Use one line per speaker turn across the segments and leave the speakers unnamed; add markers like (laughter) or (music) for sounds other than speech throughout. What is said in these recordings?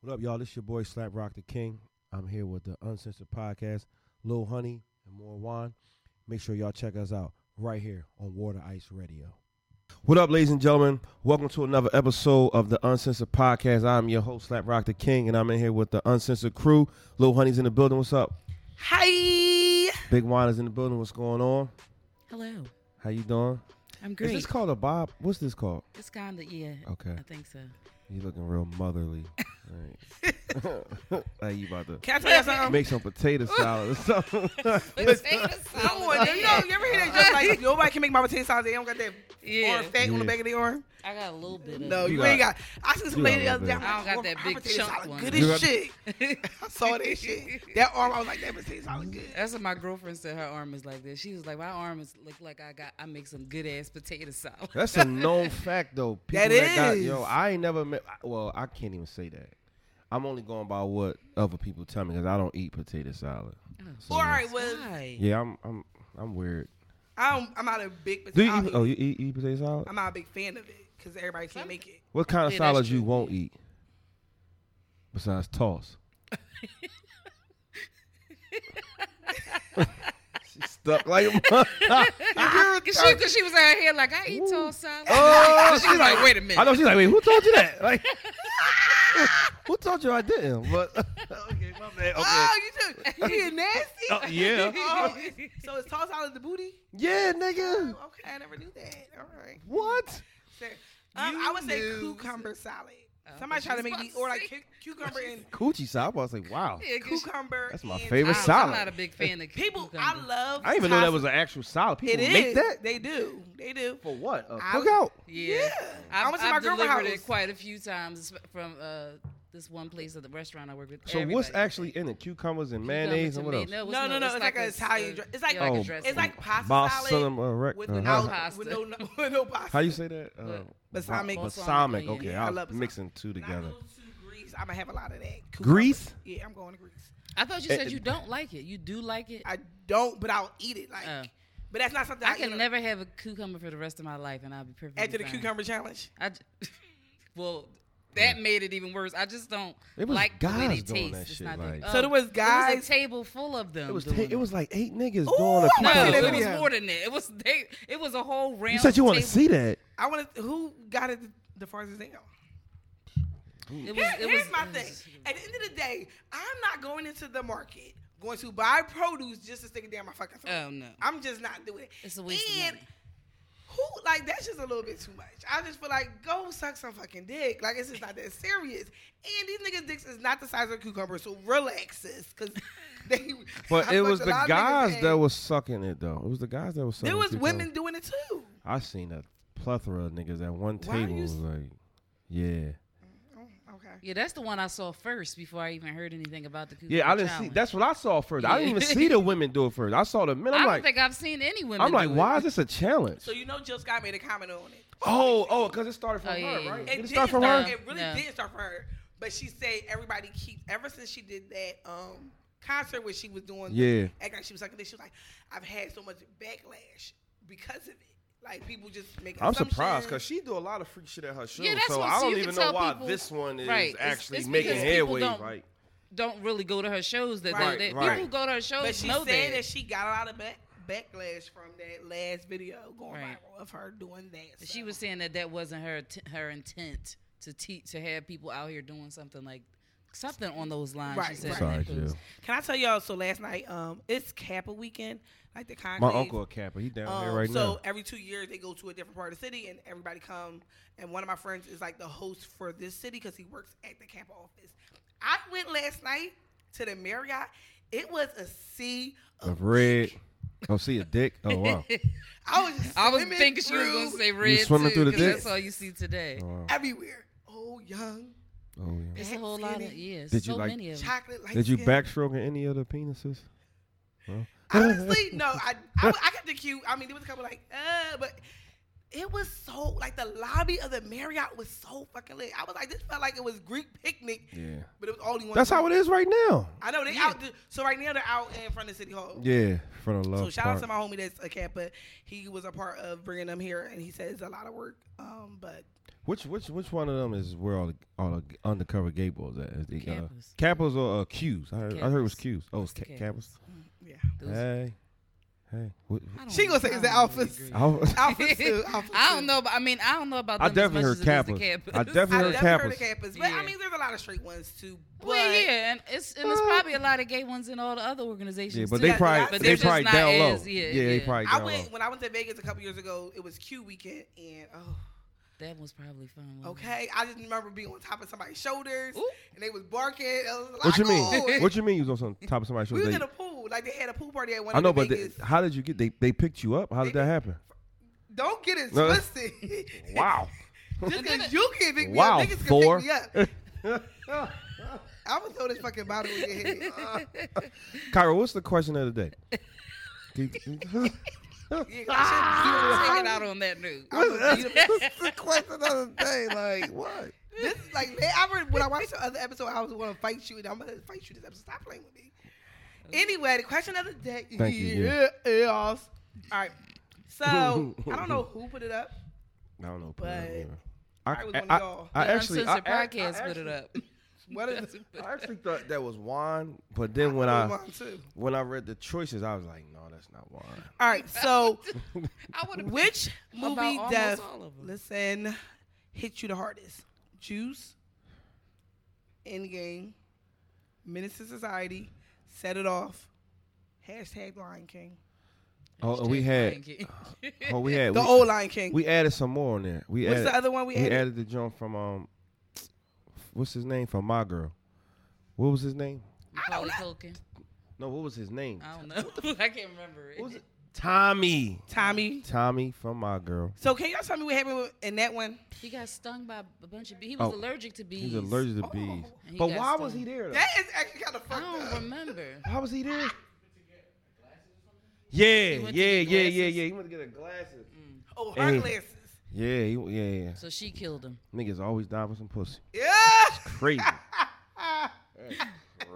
What up, y'all? This your boy Slap Rock the King. I'm here with the Uncensored Podcast, Lil Honey and More Wine. Make sure y'all check us out right here on Water Ice Radio. What up, ladies and gentlemen? Welcome to another episode of the Uncensored Podcast. I'm your host, Slap Rock the King, and I'm in here with the Uncensored crew. Lil Honey's in the building. What's up?
Hi.
Big Wine is in the building. What's going on?
Hello.
How you doing?
I'm great.
Is this called a bob? What's this called?
it's kind of yeah.
Okay.
I think so.
You looking real
(laughs)
motherly. All right. (laughs) like you about to
Can I tell you something?
make some potato salad or something.
Come on, you know, you ever hear that? Just
(laughs)
like nobody can make my potato salad. They don't got that
Yeah.
orange fat on
Yeah.
the back of their arm.
I got a little bit of.
No,
You
you,
got-
ain't got. I seen
you
some lady the
got a
other day.
little
I'm
bit. I don't
like,
got that
"Well,
big
my potato
chunk
salad
one."
Good
You
as
got-
shit.
(laughs)
I saw that shit. That arm, I was like, that potato salad good.
That's what my girlfriend said. Her arm is like this. She was like, my arm is look like I got. I make some good ass potato salad.
That's a known fact though. People
That
got
is.
yo, I ain't never met well, I can't even say that. I'm only going by what other people tell me because I don't eat potato salad.
Oh.
So,
All right, well,
(laughs) Why?
Yeah, I'm I'm I'm weird.
I'm I'm not a big
Do
potato.
you
I'll
eat,
eat-
oh you eat, eat potato salad?
I'm not a big fan of it because everybody can't make it.
What kind of
Yeah, that's
salads you
true.
won't eat? Besides
(laughs)
toss. She's stuck like a
(laughs)
mother- (laughs)
Cause she, cause she was out here like I eat tall salad.
Oh,
(laughs) she was like, wait a minute.
I
(laughs)
(laughs)
know she's like, wait, who told you that? Like, who told you I didn't? But
(laughs)
okay, my bad. Okay.
Oh, you took you nasty.
Oh, yeah.
Oh, it's- so it's tossed out of the booty.
(laughs) Yeah, nigga.
Oh, okay, I never knew that. All right.
What?
So, um,
You
I would say
knew.
cucumber salad.
Oh,
Somebody
she
try to
was
make
about
me
to
or
say-
like
(laughs)
cu- cucumber and
Coochie salad. I was like, wow.
Yeah, 'cause she-
cucumber.
That's my
and
favorite
thyme.
I'm,
salad.
I'm not a big fan of
People,
cucumber.
I love.
I didn't even know that
thyme.
was an actual salad. People
It is.
make that
They do. They do.
for what? A
I-
cookout.
Yeah.
I
I've,
went to
I've
my grandma
delivered
house.
it quite a few times from uh, this one place at the restaurant I work with.
So what's
Everybody-
actually in it? Cucumbers and
Cucumber,
mayonnaise and what else?
tomato- it's
No, no, no, it's like an
a-
Italian
a-
dress- it's like-
yeah,
Oh,
a dress
It's like pasta salad
Balsam, uh, rec-
with
uh, how-
without
pasta.
with no (laughs) with no pasta.
How you say that? Uh,
Balsamic.
ba-
Balsamic
Balsamic.
onion.
Okay,
Yeah, I
I
love
was mixing two
When I
together.
go to Greece, I'm gonna have a lot of that. Cucumber.
Greece?
Yeah, I'm going to Greece.
I thought you said
It-
you don't like it. You do like it. I,
I don't, but I'll eat it. Like,
Oh.
but that's not something I,
can
eat
never have a cucumber for the rest of my life, and I'll be perfect.
after the cucumber challenge.
I j- (laughs) well, that made it even worse. I just don't
It was
like the way
guys
they
doing
taste.
that
It's
shit,
not
like-
that,
So there was
Oh. It was
guys-
a table full of them.
It was
doing
ta- it was like eight niggas
Ooh,
doing a
I
No,
wanna
cucumber.
see that
it
salad.
was
video.
more than that. It was they. It was a whole round.
You said you want to
table.
see that.
I want to. Who got it the farthest down?
It was,
Here-
it
here's
was, Mm.
my
it
thing.
was-
At the end of the day, I'm not going into the market going to buy produce just to stick it down my fucking throat.
Oh, no.
I'm just not doing it.
It's a waste of
And
money.
Who like that's just a little bit too much. I just feel like go suck some fucking dick. Like it's just not that serious. And these niggas' dicks is not the size of a cucumber, so relax sis, cause (laughs) they.
But
I
it
fucked
was
a
the
lot of niggas'
guys
ass.
that was sucking it though. It was the guys that was sucking.
There was
cucumber.
women doing it too.
I seen a plethora of niggas at one
Why are
table.
you
was
s-
like, yeah,
Oh, okay.
Yeah, that's the one I saw first before I even heard anything about the cucumber.
yeah. I didn't see.
challenge.
That's what I saw first. I didn't even
Yeah.
see the women do it first. I saw the men.
I
I'm
don't
like,
think I've seen any women.
I'm like,
do
why
it.
is this a challenge?
So you know, Jill Scott made a comment on it.
Oh, oh, because it started from
Oh,
her,
yeah, yeah,
right?
yeah.
It,
Did it
did
start from
start-
her?
No.
It really did start from her. But she said everybody keeps ever since she did that um concert where she was doing
Yeah.
the, act like she was sucking this, she was like, I've had so much backlash because of it. Like people just make
I'm surprised because
assumptions.
she do a lot of freak shit at her show,
Yeah, that's
so
what-
I
so
don't
you
even
can
know
tell
why
people-
this one is
Right, it's-
actually
it's
making
because people
headway.
don't-
Like,
don't really go to her shows. That
Right,
they, they,
right.
people who go to her shows
but she
know
said that.
that.
she got a lot of back, backlash from that last video going
Right.
viral of her doing that.
she
so.
was saying that that wasn't her t- her intent to te- to have people out here doing something like something on those lines. She
Right,
said
right.
in that
Sorry,
post.
Jill.
Can I tell y'all? So last night, um, it's Kappa weekend, like the conclave.
my uncle a capper, he down here
Um,
right
so
now.
every two years they go to a different part of the city, and everybody come. And one of my friends is like the host for this city because he works at the camp office. I went last night to the Marriott. It was a sea of.
Of red. Oh, see a dick. Oh wow.
I was. Just
(laughs) I was
swimming
thinking she was gonna
through
say red
swimming
too,
through the
'cause
dick?
That's all you see today.
Oh, wow.
everywhere. Oh, young
Oh, yeah.
It's a whole lot of yeah.
Did
so
you like-
many of them.
chocolate. Light
Did you
skin.
backstroke in any other penises? No?
Honestly, no. I, I I kept it cute. I mean, there was a couple like, uh, but it was so like the lobby of the Marriott was so fucking lit. I was like, this felt like it was Greek picnic,
(laughs) Yeah.
but it was only one.
That's how it is right now.
I know they
Yeah.
out. th- So right now they're out in front of City Hall.
Yeah, from the love.
So shout out to
part.
my homie that's a Kappa. He was a part of bringing them here, and he says a lot of work. Um, but
Which which which one of them is where all the all the undercover gay boys at? Is the, uh,
Campus.
Capitals or uh, Q's? I heard, I heard it was
Capitals.
Q's. Oh, it's
It's the
ca- Capitals. (laughs)
Yeah.
Those-
Hey, hey. What,
(laughs)
I don't
She gonna say
know.
it's the
I don't
Alphas.
agree.
I,
Alpha two. Alpha
I
two.
don't know. About, I mean, I don't know about.
I
Them
definitely
as
heard
much as it is the
Kappas.
campus.
I definitely
I
heard
never heard of
Kappas.
campus, but I
Yeah.
mean, there's a lot of straight ones too. But
(laughs) Well, yeah, and it's and it's probably a lot of gay ones in all the other
(laughs)
organizations.
yeah, but
too.
they
Yeah,
probably
but
they
they're just
probably
not
down low.
as- yeah,
they
yeah.
probably
I
down low.
went when I went to Vegas a couple years ago. It was Q weekend, and oh,
that one's probably fun. wasn't it?
okay, I just remember being on top of somebody's shoulders,
Ooh.
and they was barking. It was like,
What you
"Oh."
mean? what you mean? You was on some top of somebody's
(laughs) We was
shoulder?
in a pool. Like they had a pool party at one.
I know,
of the
but they,
Vegas.
how did you get? They they picked you up. How did
They
that happen?
don't get it
No.
twisted.
(laughs)
(laughs)
Wow.
Just because you can pick me
Wow,
up, niggas
Thor.
can pick me up.
(laughs)
I would throw this fucking bottle in your head. Uh,
Kyra, what's the question of (laughs) the day? What's-
yeah,
Let's
I
take
should
it out on that note. (laughs)
what's the question of the day? Like what?
This is like man, I remember when I watched the other episode, I was going to fight you, and I'm going to fight you this episode. Stop playing with me. Anyway, the question of the day
Thank you,
is- all right. So
(laughs)
I don't know who put it up.
I don't know.
But
I,
I was one of
I-
y'all.
I
The
actually, I,
Uncensored
I- I
podcast put it
actually-
up.
What is it?
I actually thought that was wine, but uh, then when
I,
I
too.
when I read the choices, I was like, no, that's not wine.
All right.
(laughs)
So
(laughs) I would have
which
About
movie
almost
death?
all of 'em.
Listen, hit you the hardest. Juice. Endgame. Menace to Society. Set it off. Hashtag Lion King.
Oh, and we had, (laughs)
(laughs)
oh, we had,
The
we,
old Lion King.
we added some more on there. We
What's
added,
the other one we
we
added?
added the jump from um, what's his name from My Girl? What was his name?
Macaulay Culkin.
No, what was his name?
I don't know. (laughs) I can't remember it.
What was it? Tommy.
Tommy.
Tommy from My Girl.
So can y'all tell me what happened with, in that one?
He got stung by a bunch of bees. He was
Oh.
allergic to bees.
He's allergic to
Oh.
bees.
And he
But
got
why was
stung.
he there? Though?
That is actually kind of
I
fucked
don't
up.
remember.
How was he there? Yeah,
Ah. went
yeah,
to get
yeah, yeah,
glasses?
yeah. He went to get a glasses.
Oh, her
Hey.
glasses.
Yeah, he, yeah, yeah.
So she killed him.
Niggas always dying for some pussy.
Yeah.
(laughs)
(laughs)
Crazy,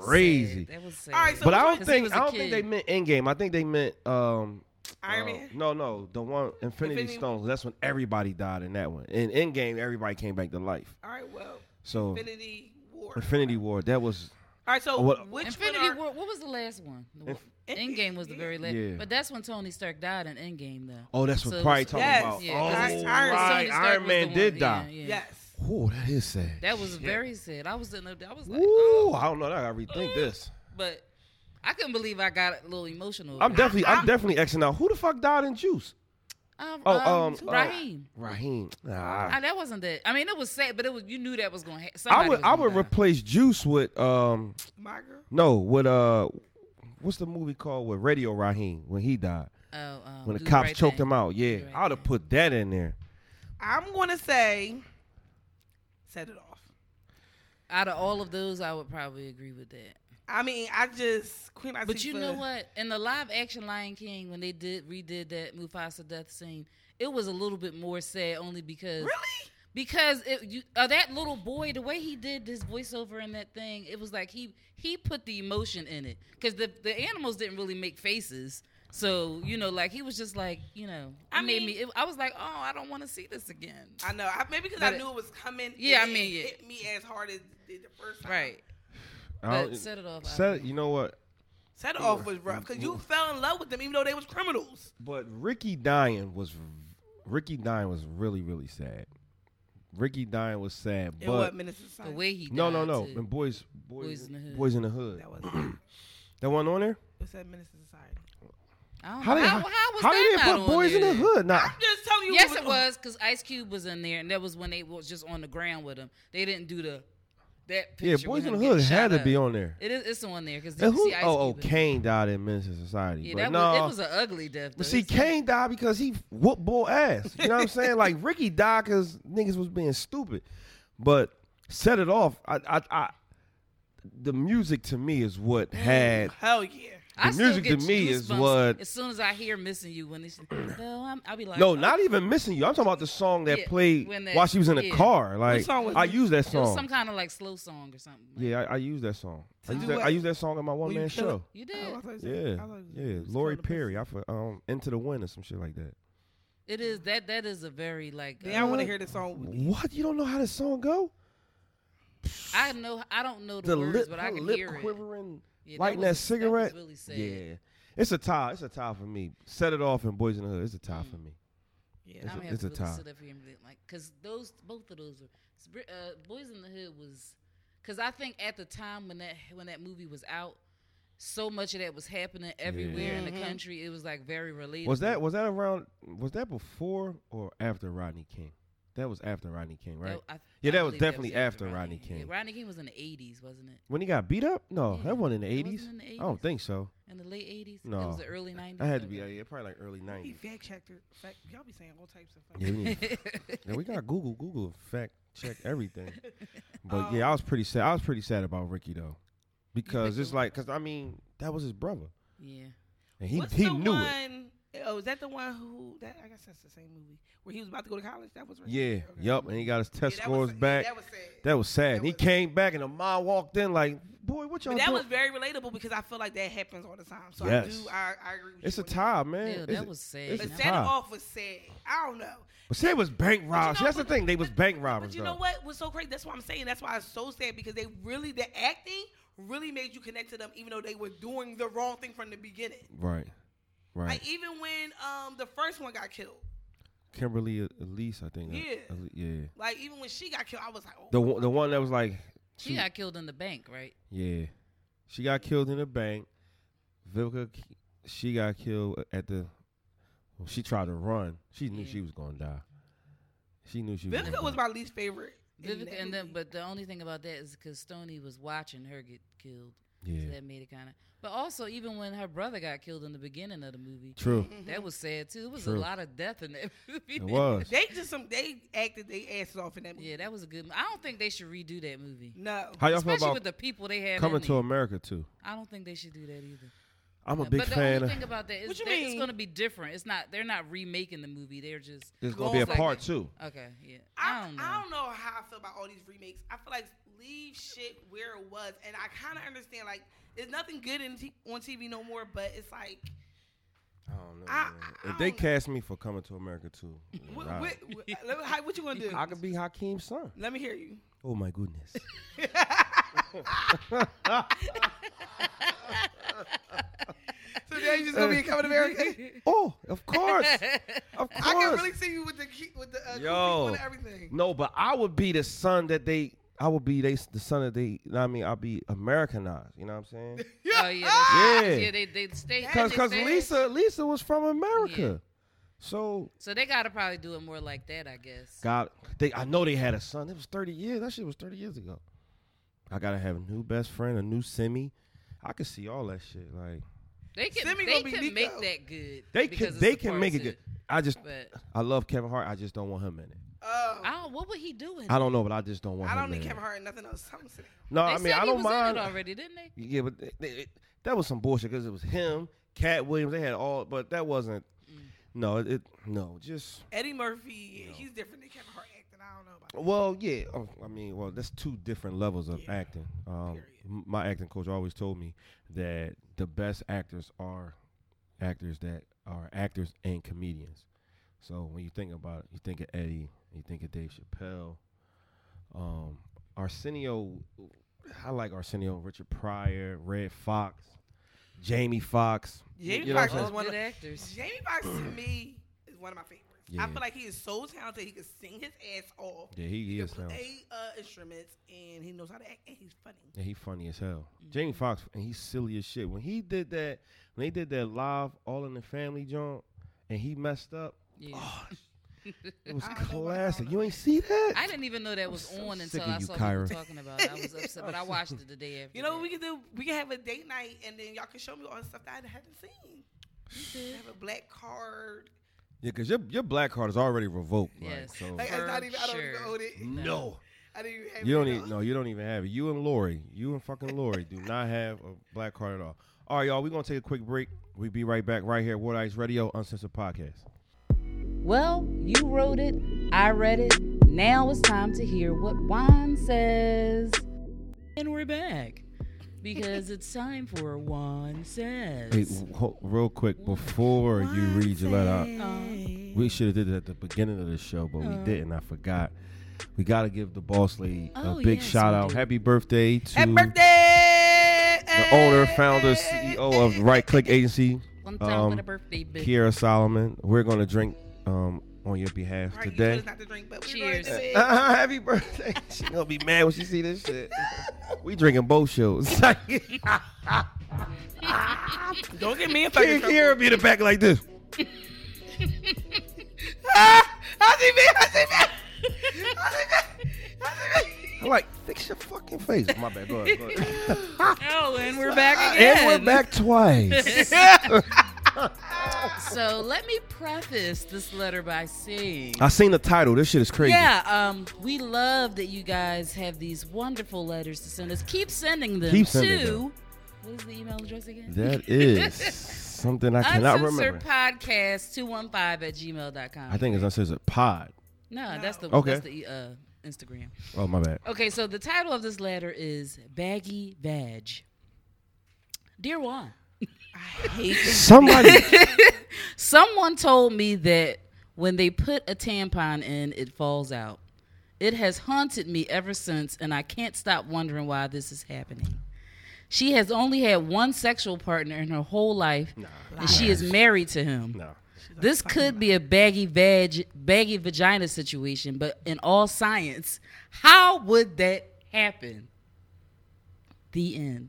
crazy.
Sad. That was sad.
All right, so
But I don't
which one-
'Cause he
think
was
I
a
don't think they
kid.
meant Endgame. I think they meant um.
Iron
uh,
Man.
no, no, the one Infinity,
Infinity-
Stones. That's when everybody died in that one. In Endgame, everybody came back to life.
All right, well,
So Infinity,
Infinity War.
War. That was
All right, so
What-
which
Infinity
one are,
War. What was the last one? The
Inf-
one- Endgame was the very last.
Yeah.
But that's when Tony Stark died in Endgame, though.
oh, that's what
So it
probably
was-
talking
Yes,
about.
yeah,
oh,
Iron-
Iron,
Iron-
Tony Stark
Iron
was the
Man
one-
did
yeah,
die.
yeah.
Yes.
Whoa, that is sad.
That was very sad. I was in the. I was like, oh.
Ooh, I don't know. I gotta rethink this.
but I couldn't believe I got a little emotional.
I'm
over it.
definitely, I'm definitely Xing out. Who the fuck died in Juice?
Um,
Oh,
um,
um, uh,
Raheem.
Raheem. Nah.
I, that wasn't that. I mean, it was sad, but it was you knew that was going to happen.
I would, I would replace Juice with um,
My girl.
no, with uh, what's the movie called with Radio Raheem when he died
oh, um,
when the
do
cops
right
choked
thing.
him out? Yeah,
Do right
I would have
thing.
put that in there.
I'm gonna say, set it off.
Out of all of those, I would probably agree with that.
I mean, I just Queen. Latifah,
But you know what? In the live action Lion King, when they did redid that Mufasa death scene, it was a little bit more sad, only because
Really?
because it, you, uh, that little boy, the way he did this voiceover in that thing, it was like he he put the emotion in it because the the animals didn't really make faces. So you know, like he was just like you know, it
I
made
mean-
me. It, I was like, oh, I don't want to see this again.
I know. I, maybe because
But
I
it-
knew it was coming.
Yeah,
and it
I mean, yeah.
hit me as hard as it did the first time.
Right,
I
but
don't-
set it off. I
Set
don't
it. You know what?
Set it off was rough because you fell in love with them even though they was criminals.
But Ricky dying was, Ricky dying was really, really sad. Ricky dying was sad,
In
but
what minutes of
know. the
Silence?
way he
no, no,
died,
no.
too.
And boys, boys,
Boys in the Hood.
boys in the hood.
That was it.
(clears throat) That one on there?
What's that minutes of Society?
I don't
How
know.
did,
how, how was
how
that
did they put
not on
boys in
there?
the hood? Nah,
I'm just telling you.
Yes, it was because Ice Cube was in there, and that was when they was just on the ground with him. They didn't do the that
yeah,
picture.
boys
with
in the hood
him getting
had
shot
to be
up.
on there.
It is. It's on there because
And
you
who?
see Ice
oh, oh,
Cube. in-
Kane died in Men's Society.
Yeah,
but
that
no,
was, it was an ugly death.
but
though.
see,
It's-
Kane died because he whooped bull ass. You know what I'm saying? Like Ricky died because niggas was being stupid. But set it off. I, I, I, the music to me is
Mm.
what had.
Hell yeah.
I
the
still
music
get
to me is
goosebumps
what-
As soon as I hear "Missing You," when it's
(clears throat)
no, I'm, I'll be like,
No,
oh,
not even missing you. I'm talking about the song that
Yeah,
played
when that-
while she was in the
yeah.
car. Like
song was
I
it?
use that
It was some
song.
kind of like slow song or something. Like,
Yeah, I, I use that song. I
To
use
do
that,
what?
I use that song in my one
you
man
kill it?
show.
you
Oh, I
did.
thought you said-
Yeah,
I thought you said
yeah.
it was
Laurie
killed a person.
Perry, I for, um, Into the Wind or some shit like that.
It is that that is a very like uh,
Then I want
What?
to hear the song.
What? You don't know how the song go?
I know I don't know the,
The
words,
lip,
but
her
I can
lip
hear it.
quivering,
Yeah,
lighting
was-
that
was
cigarette.
really sad.
yeah, it's a tie. It's a tie for me. Set it off in Boys in the Hood. It's a tie
Mm.
for me.
Yeah,
I'm
It's
gonna
a,
have
it's
to
a
really
tie.
sit up here and be like, because those both of those were uh, Boys in the Hood was, because I think at the time when that when that movie was out, so much of that was happening everywhere in the
Mhm.
country. It was like very relatable.
Was that was that around? Was that before or after Rodney King? That was after Rodney King, right?
I-
Yeah,
I
that was
believe
definitely after Rodney King.
Yeah, Rodney King was in the '80s, wasn't it?
When he got beat up? No,
Yeah,
that wasn't in the
it
eighties.
wasn't in the
I don't
80s.
think so.
In the late '80s, it
No.
was the early '90s.
I had to be
Okay.
yeah, probably like early
(laughs) he
nineties.
fact checked her. Fact, y'all be saying all types of.
Yeah,
Fucking
we, need- yeah, we got Google. Google fact
(laughs)
check everything. But yeah,
Um,
I was pretty sad. I was pretty sad about Ricky though, because
picked
it's
him.
like, cause I mean, that was his brother,
(laughs) yeah.
and he
What's
he
the
knew it.
one, Oh, is that the one who? That I guess that's the same movie where he was about to go to college. That was right.
Yeah,
Okay.
yup. And he got his
Yeah,
test
that was-
scores back.
That was sad.
That was sad.
that
he
was-
came back, and the mom walked in like, "Boy, what y'all
But that
doing?"
was very relatable because I feel like that happens all the time. So I
Yes.
do. I, I agree. With
it's
you
a
on that.
tie, (laughs) man.
Yeah,
It's
that
a-
was sad.
it's
But
a
Now-
Santa
tie.
off was sad. I don't know.
But say it was bank
But
robbers.
you know-
That's the
but-
thing. They
but-
was
but-
bank robbers.
But you
though.
know what was so crazy? That's what I'm saying. That's why it's so sad because they really the acting really made you connect to them, even though they were doing the wrong thing from the beginning.
Right, right.
Like even when um the first one got killed,
Kimberly Elise, I think. uh,
Yeah.
Ali- yeah.
like even when she got killed, I was like, oh,
The one- the one that was like,
She
she-
got killed in the bank, right?
yeah, she got killed in a bank. Vivica, K- she got killed at the. Well, she tried to run. She knew
Yeah.
she was gonna die. She knew she was.
Vivica
gonna
was
die.
my least favorite. in
Vivica,
that
and then
movie.
but the only thing about that is because Stoney was watching her get killed, so
Yeah,
that made it kind of. But also, even when her brother got killed in the beginning of the movie,
true.
Mm-hmm.
that was sad too. It was
True.
a lot of death in that (laughs) movie.
It was.
they just some they acted they asses off in that movie.
Yeah, that was a good. mo- I don't think they should redo that movie,
No,
How y'all feel
especially
about
with the people they have.
coming
in
to
it.
America too?
I don't think they should do that either.
I'm a big
but the
fan.
only
of,
thing about that is
What you
that it's
mean?
going to be different. It's not. They're not remaking the movie. They're just
It's gonna be a
going
part
like-
two.
okay. Yeah,
I,
I don't know.
I don't know how I feel about all these remakes. I feel like leave shit where it was, and I kind of understand like there's nothing good in t- on TV no more. But it's like
I don't know.
I-
man.
I- I
if they
don't-
cast me for coming to America too,
what,
I-
what, what, how- what you gonna do?
I could be Hakeem's son.
Let me hear you.
Oh my goodness.
(laughs) So now you just gonna be coming to America?
oh, of
(laughs)
course, of course.
I can really see you with the key- with the uh,
Yo. Oh,
Yo. and (laughs) everything.
No, but I would be the son that they. I would be they the son that they. I mean, I'll be Americanized. You know what I'm saying?
(laughs)
Oh yeah,
Ah!
(laughs)
that's-
Yeah.
yeah. They they stay
Because
they stay-
Lisa Lisa was from America, so
So they gotta probably do it more like that, I guess.
God, they. I know they had a son. It was 30 years. That shit was 30 years ago. I gotta have a new best friend, a new semi. I could see all that shit. Like
They can
Simi
they
gonna be
can
Nico.
make that good.
they
because
can
it's
they
the
can
part
make it
two.
good. I just
But
I love Kevin Hart. I just don't want him in it.
Oh,
I don't, what would he do with
I
it?
don't know, but I just don't want
I
him.
don't
in
need
it.
Kevin Hart and nothing else. Something silly.
No,
They
I mean
said
I
he
don't
was in it
mind.
already, didn't they?
Yeah, but they, they, it- that was some bullshit because it was him, Cat Williams. They had all, but that wasn't.
Mm.
No, it, it no, just
Eddie Murphy, he's different than Kevin Hart acting. I don't know about.
well, yeah. oh, I mean, well, that's two different levels of
Yeah.
acting. Um,
Period.
m- my acting coach always told me that the best actors are actors that are actors and comedians. So when you think about it, you think of Eddie, you think of Dave Chappelle, um, Arsenio. I like Arsenio, Richard Pryor, Red Fox, Jamie Fox.
Jamie
You know what
Foxx
I'm
is
saying?
All
one
good
of-
actors.
Jamie Foxx to (clears throat) me is one of my favorites.
Yeah.
I feel like he is so talented. He can sing his ass off.
Yeah, he,
He
is
can
now.
play uh, instruments and he knows how to act and he's funny.
Yeah, he funny as hell. Jamie Foxx, and he's silly as shit. When he did that, when they did that live All in the Family joint, and he messed up, oh,
Yeah.
it was
I don't know why I
classic.
don't
You ain't see that?
I didn't even know that was
so
on
sick
until
of
I
you,
saw
Kyra.
people talking about it. I was upset,
(laughs)
but I watched it the day after.
You know
that.
what we can do? We can have a date night and then y'all can show me all the stuff that I haven't seen.
could.
Have a black card.
yeah, because your, your black card is already revoked. like,
Yes.
so-
Like,
For
I, not even, I don't even
sure.
own it.
no.
I didn't even have
You don't
it
even, no, you don't even have it. You and Lori, you and fucking Lori do not have a black card at all. All right, y'all, we're going to take a quick break. we be right back right here at Ward Ice Radio, Uncensored Podcast.
Well, you wrote it, I read it. Now it's time to hear what Juan says. And we're back because it's time for Juan says.
Hey, ho- real quick, before you read your letter,
Uh,
We should have did it at the beginning of the show, but we didn't. I forgot. We gotta give the boss lady
Oh,
a big
yes,
shout
we
out.
do.
Happy birthday to
Happy birthday!
the owner, founder, CEO of Right Click Agency,
One time
Um,
with a birthday bitch.
Kiera Solomon. We're gonna drink um, on your behalf
All right, you told
today.
us not to drink, but
Cheers.
(laughs)
We're going to
Uh, happy birthday. (laughs) She gonna be mad when she see this shit. We drinking both shows.
(laughs) it. Don't get me in fucking trouble.
Kiera be in the back like this.
Ah, (laughs) I see me. I see me. I see me. I see me.
I'm like, fix your fucking face. My bad. Go ahead. Go ahead.
(laughs) oh, and we're back again.
and we're back twice.
(laughs) So let me preface this letter by saying.
I seen the title. This shit is crazy.
Yeah, um, we love that you guys have these wonderful letters to send us. Keep sending them
Keep
to
sending them.
what is the email address again?
That is something I cannot remember.
(laughs) Uncensored podcast 215 at gmail.com.
I think it's uncensored pod.
no, that's the
Okay.
that's the uh, Instagram.
Oh my
(laughs)
bad.
Okay, so the title of this letter is Baggy Badge. Dear Juan,
I hate this.
Somebody.
(laughs)
(laughs)
someone told me that when they put a tampon in, it falls out. It has haunted me ever since, and I can't stop wondering why this is happening. She has only had one sexual partner in her whole life, and she is married to him.
no.
This could be a baggy vag, baggy vagina situation, but in all science, how would that happen? The end.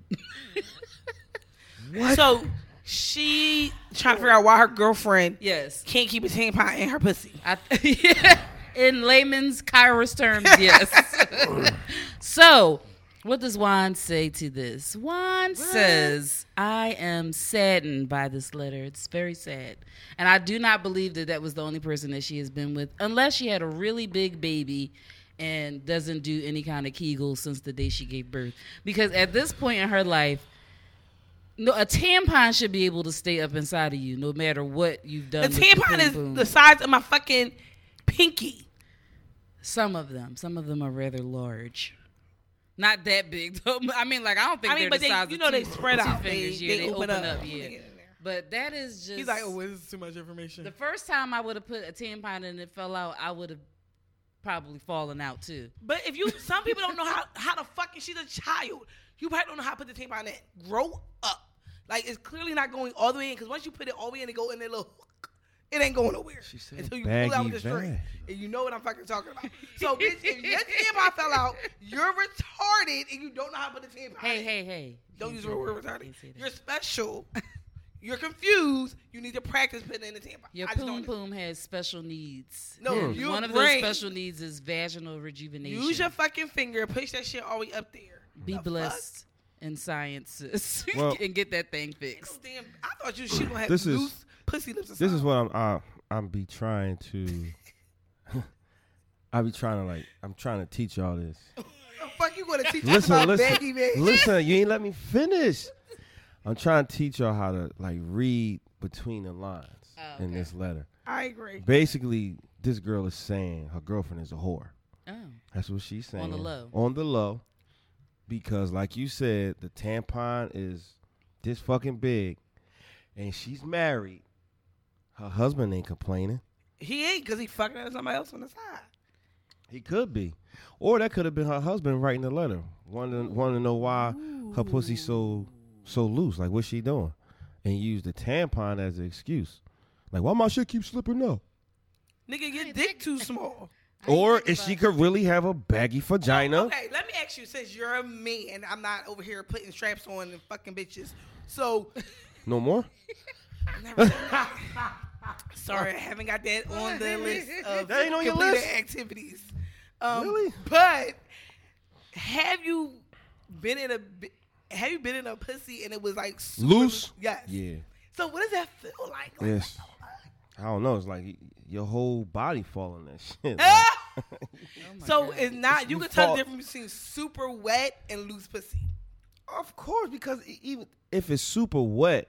So she trying to figure out why her girlfriend
yes.
can't keep a tampon in her pussy.
I yeah. (laughs) In layman's Kairos terms,
(laughs)
yes. so, what does Juan say to this? Juan says, I am saddened by this letter. It's very sad. And I do not believe that that was the only person that she has been with, unless she had a really big baby and doesn't do any kind of Kegel since the day she gave birth. Because at this point in her life, no, a tampon should be able to stay up inside of you, no matter what you've done.
The
with
tampon is
boom-boom.
the size of my fucking pinky.
Some of them. Some of them are rather large. Not that big (laughs) though. I mean, like I don't think
I mean,
they're
but
the
they,
size
you
of
know,
two,
they spread
two
out.
Fingers,
they,
yeah,
they, open, up.
yeah.
They get in there.
But that is just.
He's like, oh, this is too much information.
The first time I would have put a tampon and it fell out, I would have probably fallen out too.
But if you, some people don't know how how the fuck she's a child. You probably don't know how to put the tampon in. Grow up. Like it's clearly not going all the way in because once you put it all the way in, it go in that little hook. It ain't going nowhere
She said
until you
baggy
pull out the string.
vag.
And you know what I'm fucking talking about. So, bitch, if (laughs) your tampon fell out, you're retarded and you don't know how to put the tampon.
Hey,
in.
hey, hey!
Don't
Can't
use
say
the word
that.
retarded.
Can't say that.
You're special. (laughs) You're confused. You need to practice putting in the tampon.
Your
I just don't
poom poom has special needs.
No,
And
your
one of
brain.
those special needs is vaginal rejuvenation.
Use your fucking finger. Push that shit all the way up there.
Be
The fuck?
blessed in sciences (laughs)
Well-
and get that thing fixed.
Damn, I thought you she gonna have
This is-
loose pussy lips. Or
This is
something.
what I'm. I, I'm be trying to. (laughs) I be trying to like. I'm trying to teach y'all
(laughs)
this.
the fuck you gonna teach us
Listen,
about
listen,
baggy man.
listen. You ain't let me finish. I'm trying to teach y'all how to like read between the lines
Oh,
in
okay.
this letter.
I agree.
Basically, this girl is saying her girlfriend is a whore.
Oh.
That's what she's saying.
On the low.
On the low. Because like you said, the tampon is this fucking big. And she's married. Her husband ain't complaining.
He ain't because he fucking at somebody else on the side.
He could be. Or that could have been her husband writing the letter. Wanting wanting to know why her pussy so so loose. Like what's she doing? And use the tampon as an excuse. Like why my shit keep slipping up?
Nigga, your dick too small.
I didn't
Or
think
if she
about-
could really have a baggy
(laughs)
vagina.
Okay, let me ask you, since you're a man and I'm not over here putting straps on and fucking bitches. So
No more?
never mind.
(laughs)
(laughs) sorry, I haven't got that on the list of
That ain't on your
completed
list?
activities. Um,
Really?
But have you been in a bi- have you been in a pussy and it was like super
Loose?
Yes.
Yeah.
So what does that feel like? Like,
Yes. I don't know. It's like y- your whole body falling that shit. like- (laughs)
(laughs) ah!
Oh my
so
God.
it's not. You
you
can tell
fall-
the difference between super wet and loose pussy.
of course, because e- even if it's super wet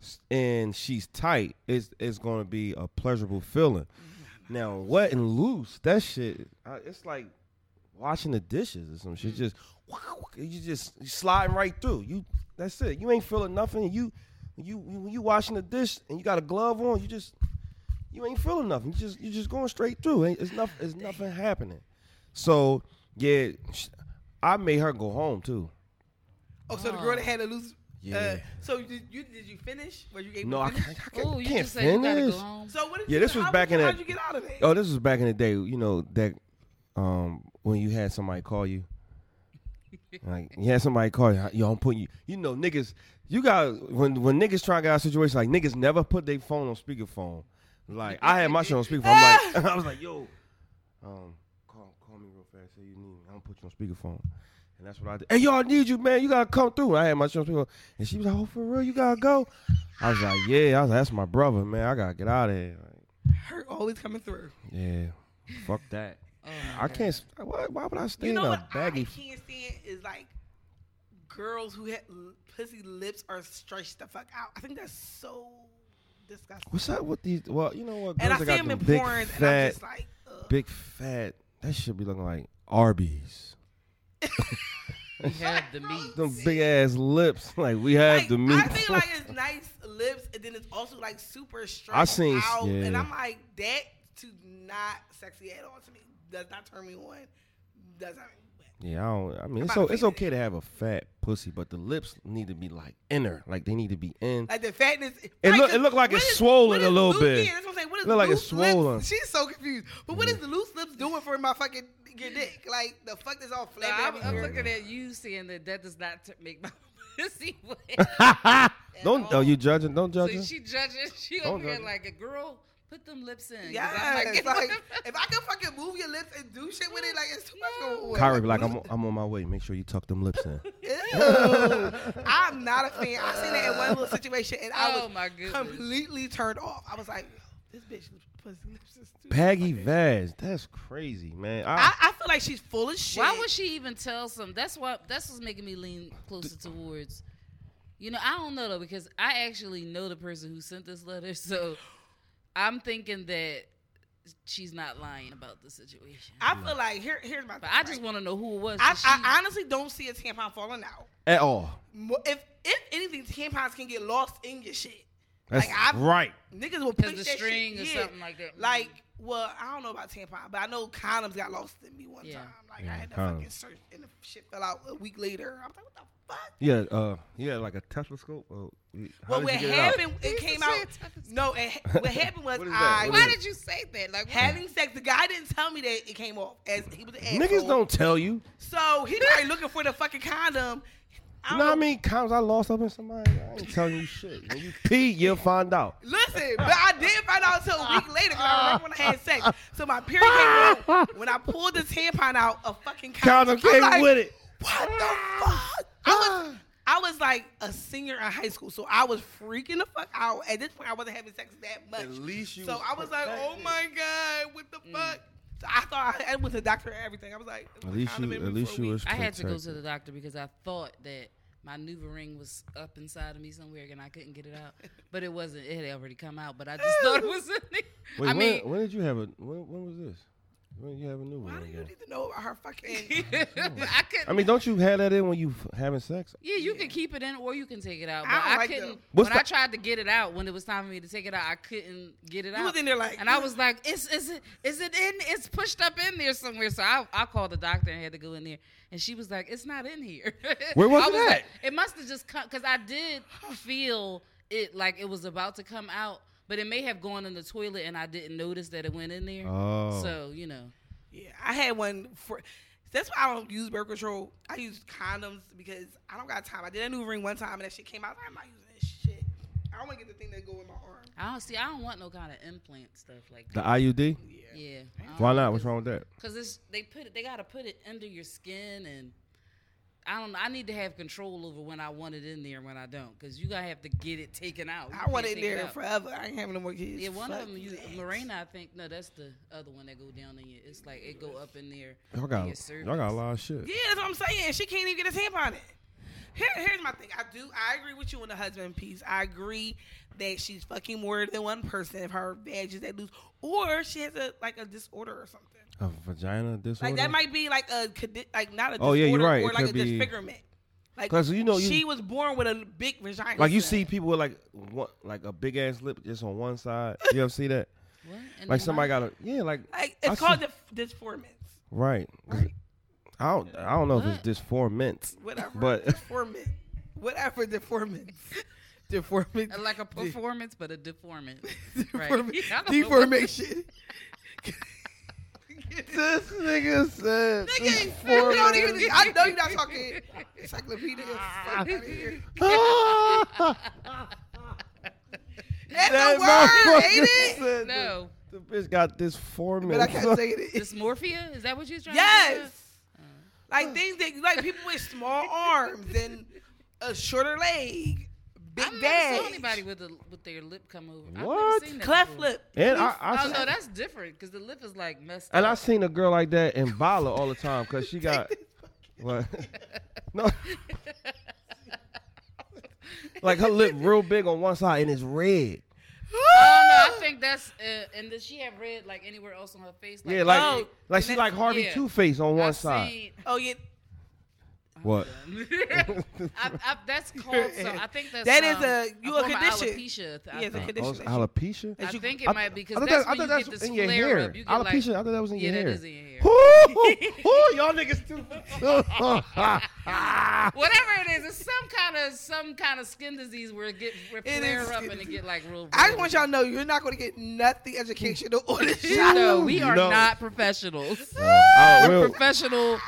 s- and she's tight, it's it's gonna be a pleasurable feeling. Now, wet and loose, that shit, uh, it's like washing the dishes or some shit. Just (laughs) you just you sliding right through. You that's it. You ain't feeling nothing. You you you- when you washing the dish and you got a glove on. You just you ain't feeling nothing. You just you just going straight through. Ain't it's nothing. It's nothing happening. So yeah, sh- I made her go home too.
Oh, so the girl that had to lose. Uh,
Yeah.
so you, you did you finish? Were you able?
No,
to
I
finish?
can't, I can't,
Oh, you
can't
just said you gotta
finish.
go home.
So what did
Yeah,
you?
this was
how
back
did
in
you-
the-
How'd you get out of it?
Oh, this was back in the day. You know that um, when you had somebody call
(laughs)
you, like you had somebody call you. Yo, I'm putting you. You know, niggas. You got when when niggas try to get out of situation like niggas never put their phone on speakerphone. Like I had my shit on speakerphone. I'm like (laughs) (laughs) I was like, yo, um, call call me real fast. Say you need me. I'm gonna put you on speakerphone. And that's what I did. Hey, y'all need you, man. You gotta come through. I had my shit on speakerphone, and she was like, "Oh, for real? You gotta go." I was like, "Yeah." I was like, "That's my brother, man. I gotta get out of here." Like,
Her always coming through.
yeah. Fuck that. I can't. s- Why, why would I stay
Oh, You know
in
what
a baggy?
I can't stand is like girls who have l- pussy lips are stretched the fuck out. I think that's so disgusting.
what's up with these? Well, you know what?
and I
girls
see
that
them
got them
in
big
porns, and I'm
fat,
just like, "Oh." Ugh.
big fat. That should be looking like Arby's.
We have
(laughs)
the meat.
Them big ass lips. (laughs) Like we have
Like,
the meat.
I think like it's nice lips, and then it's also like super stretched
seen-
out, and
yeah.
I'm like that to not sexy at all to me. Does not turn me on. Does not.
yeah, I don't. I mean,
I'm
it's
about
o-
to
it's
say
okay to have a fat pussy, but the lips need to be like inner. Like they need to be in.
Like the fatness.
It
right,
look- it
'cause
look like
what
it's
is-
swollen
what
a
is
little
loose-
bit.
Yeah, that's what I'm saying. What is
Look like
loose
it's swollen. Mm.
Lips? She's so confused. But what is the loose lips doing for my fucking your dick? Like the fuck that's all
So
flapping.
I'm,
everywhere?
I'm
Yeah.
looking at you saying that that does not t- make my (laughs) pussy
(laughs)
wet.
don't. Oh, you judging? Don't
so
judge. her?
she judging. She
Don't
over here
judge her.
like a girl. Put them lips in. 'cause I'm
Yeah,
not
it's (laughs)
getting (laughs)
like
them."
if I can fucking move your lips and do shit with it, like it's too much going on.
Kyrie be like, I'm on- I'm on my way. Make sure you tuck them lips
(laughs)
in. (laughs)
Ew. I'm not a fan. I seen that in one little situation, and I
Oh,
was
my goodness.
completely turned off. I was like, this bitch pussy lips is too.
Baggy Vaz. That's crazy, man. I,
I, I feel like she's full of shit.
Why would she even tell some? That's what. That's what's making me lean closer towards. You know, I don't know though because I actually know the person who sent this letter, so I'm thinking that she's not lying about the situation.
I feel like here, here's my.
but
thing,
I just
right?
want to know who it was. 'cause
I,
she-
I honestly don't see a tampon falling out.
at all.
Mo- If if anything, tampons can get lost in your shit.
That's
Like, I-
right.
Niggas will push
Because the
that
string
shit.
or
yeah.
something like that.
Like, well, I don't know about tampon, but I know condoms got lost in me one
Yeah.
time. Like,
Yeah,
I had to
condoms.
fucking search, and the shit fell out a week later. I'm like, what the fuck?
Yeah, uh, yeah, like a telescope. Oh, how
Well,
did
what
you get it out?
happened? It,
He's
came
the
out.
same type of-
No, it, what happened
(laughs)
was
What is that?
I
What
Why
is-
was
did you say that? Like, what?
having sex. The guy didn't tell me that it came off as he was an asshole.
Niggas don't tell you.
So he probably looking for the fucking condom. I
You
don't
know
know.
how many times I lost up in somebody? I ain't telling you shit. When
(laughs)
you pee, you'll find out.
Listen, but I did find out until a week later because I remember when I had sex. So my period came
(laughs)
out. When I pulled this tampon out, a fucking condom,
Condom came
I'm like,
with it. Ah,
What the fuck? I was, I was like a senior in high school, so I was freaking the fuck out. At this point, I wasn't having sex that much.
At least you
So
was
I was like, oh
protected. Mm.
my god, what the fuck? So I thought I, I was a doctor and everything. I was like,
At least
condom
you,
in me
at
for
least
a
you
week.
was.
I had to go to
protected.
the doctor because I thought that my NuvaRing was up inside of me somewhere and I couldn't get it out, but it wasn't. It had already come out, but I just thought it was in there.
Wait,
I
when,
mean,
when did you have a? When, when was this? When did you have a new
Why
one?
do you
again?
need to know about her
(laughs)
fucking?
(laughs) I couldn't.
I mean, don't you have that in when you f- having sex?
Yeah, you can keep it in or you can take it out.
I
But
don't
I,
like
couldn't.
them.
What's
when
the-
I tried to get it out, when it was time for me to take it out, I couldn't get it
You
out.
was in there like,
and I was like, "Is is it is it in? It's pushed up in there somewhere." So I, I called the doctor and had to go in there, and she was like, "It's not in here." (laughs)
Where was
I
it
like,
at?
it must have just come because I did feel it like it was about to come out, but it may have gone in the toilet, and I didn't notice that it went in there.
Oh.
so you know,
Yeah, I had one for. That's why I don't use birth control. I use condoms because I don't got time. I did a new ring one time and that shit came out. I'm not using this shit. I don't want to get the thing that go in my arm.
I don't see. I don't want no kind of implant stuff like
The
that.
IUD?
Yeah.
yeah. Oh, I don't
Why
know,
not? What's
'cause-
wrong with that?
Cause it's they put it, they gotta put it under your skin, and I don't. know. I need to have control over when I want it in there and when I don't. Cause you gotta have to get it taken out. You
I want
can't
it
take
there
out.
forever. I ain't having no more kids.
Yeah, one
Fuck
of them, you,
that.
Marina, I think. No, that's the other one that go down in you. It's like it go up in there.
Y'all
in
got,
your
y'all got a
cervix.
lot of shit.
Yeah, that's what I'm saying. She can't even get a tampon in. Here, here's my thing. I do. I agree with you on the husband piece. I agree that she's fucking more than one person. If her badges that lose, or she has a like a disorder or something.
A vagina disorder.
Like that might be like a condi- like not a disorder
Oh, yeah, you're right.
or
It
like a
could be-
disfigurement. Like
'Cause, you know, you-
she was born with a big vagina.
Like you
so-
see people with like one, like a big ass lip just on one side. You ever see that?
What? And
Like
then
somebody
why-
got a yeah, like
Like
I
it's called
see-
the disformance.
right.
Right.
I don't I don't know if it's
What?
this four minutes,
Whatever.
but (laughs)
deformant. Whatever (laughs) deformance. Deformant.
like
(laughs) de-
a performance, but
(laughs)
a deformant. right.
deform-
(laughs) I don't know what-
Deformation.
this nigga said
Nigga, (laughs) you don't even. I know you're not talking encyclopedia. Fuck outta here.
(laughs)
(laughs)
That's a word, ain't
(laughs)
it?
(laughs) No.
The bitch got this four
But I
minutes.
can't say it.
Dysmorphia? Is that what you're trying to
Yes.
say?
Like things that like people with small arms and a shorter leg, big
I've never saw
bag,
anybody with a, with their lip come over. I've
What?
never seen that
cleft
before.
lip.
(laughs) and I, I,
Oh
seen-
no, that's different because the lip is like messed
and I
up.
seen a girl like that in Bala all the time because
(laughs)
she got (laughs) what? no, like her lip real big on one side and it's red.
(gasps) oh
(laughs)
no, I think that's uh, and does she have red like anywhere else on her face?
yeah, like
Oh,
like she's like Harvey
yeah.
Two Face on one
I've
side.
seen-
Oh yeah,
What?
(laughs) I, I, that's called. So I think that's
That is
um,
a- you a
form of
condition.
Alopecia, I
Yeah, it's a
think.
Oh,
condition.
it's alopecia.
I
you-
think it
I-
might be
I
because
thought
that's
that- I
when
thought
you
that's
get this
in your
flare
hair.
up. You get like,
Alopecia. I thought that was in
yeah,
your hair.
that is in your hair.
Ooh, ooh, y'all niggas (laughs)
(laughs)
too.
Whatever it is, it's some kind of some kind of skin disease where it get where
It
flare
is
up
skin
and it get like real.
I just want y'all to know you're not going to get nothing educational on this show.
No, we are
No.
not professionals.
oh, (laughs)
We're
well,
professional,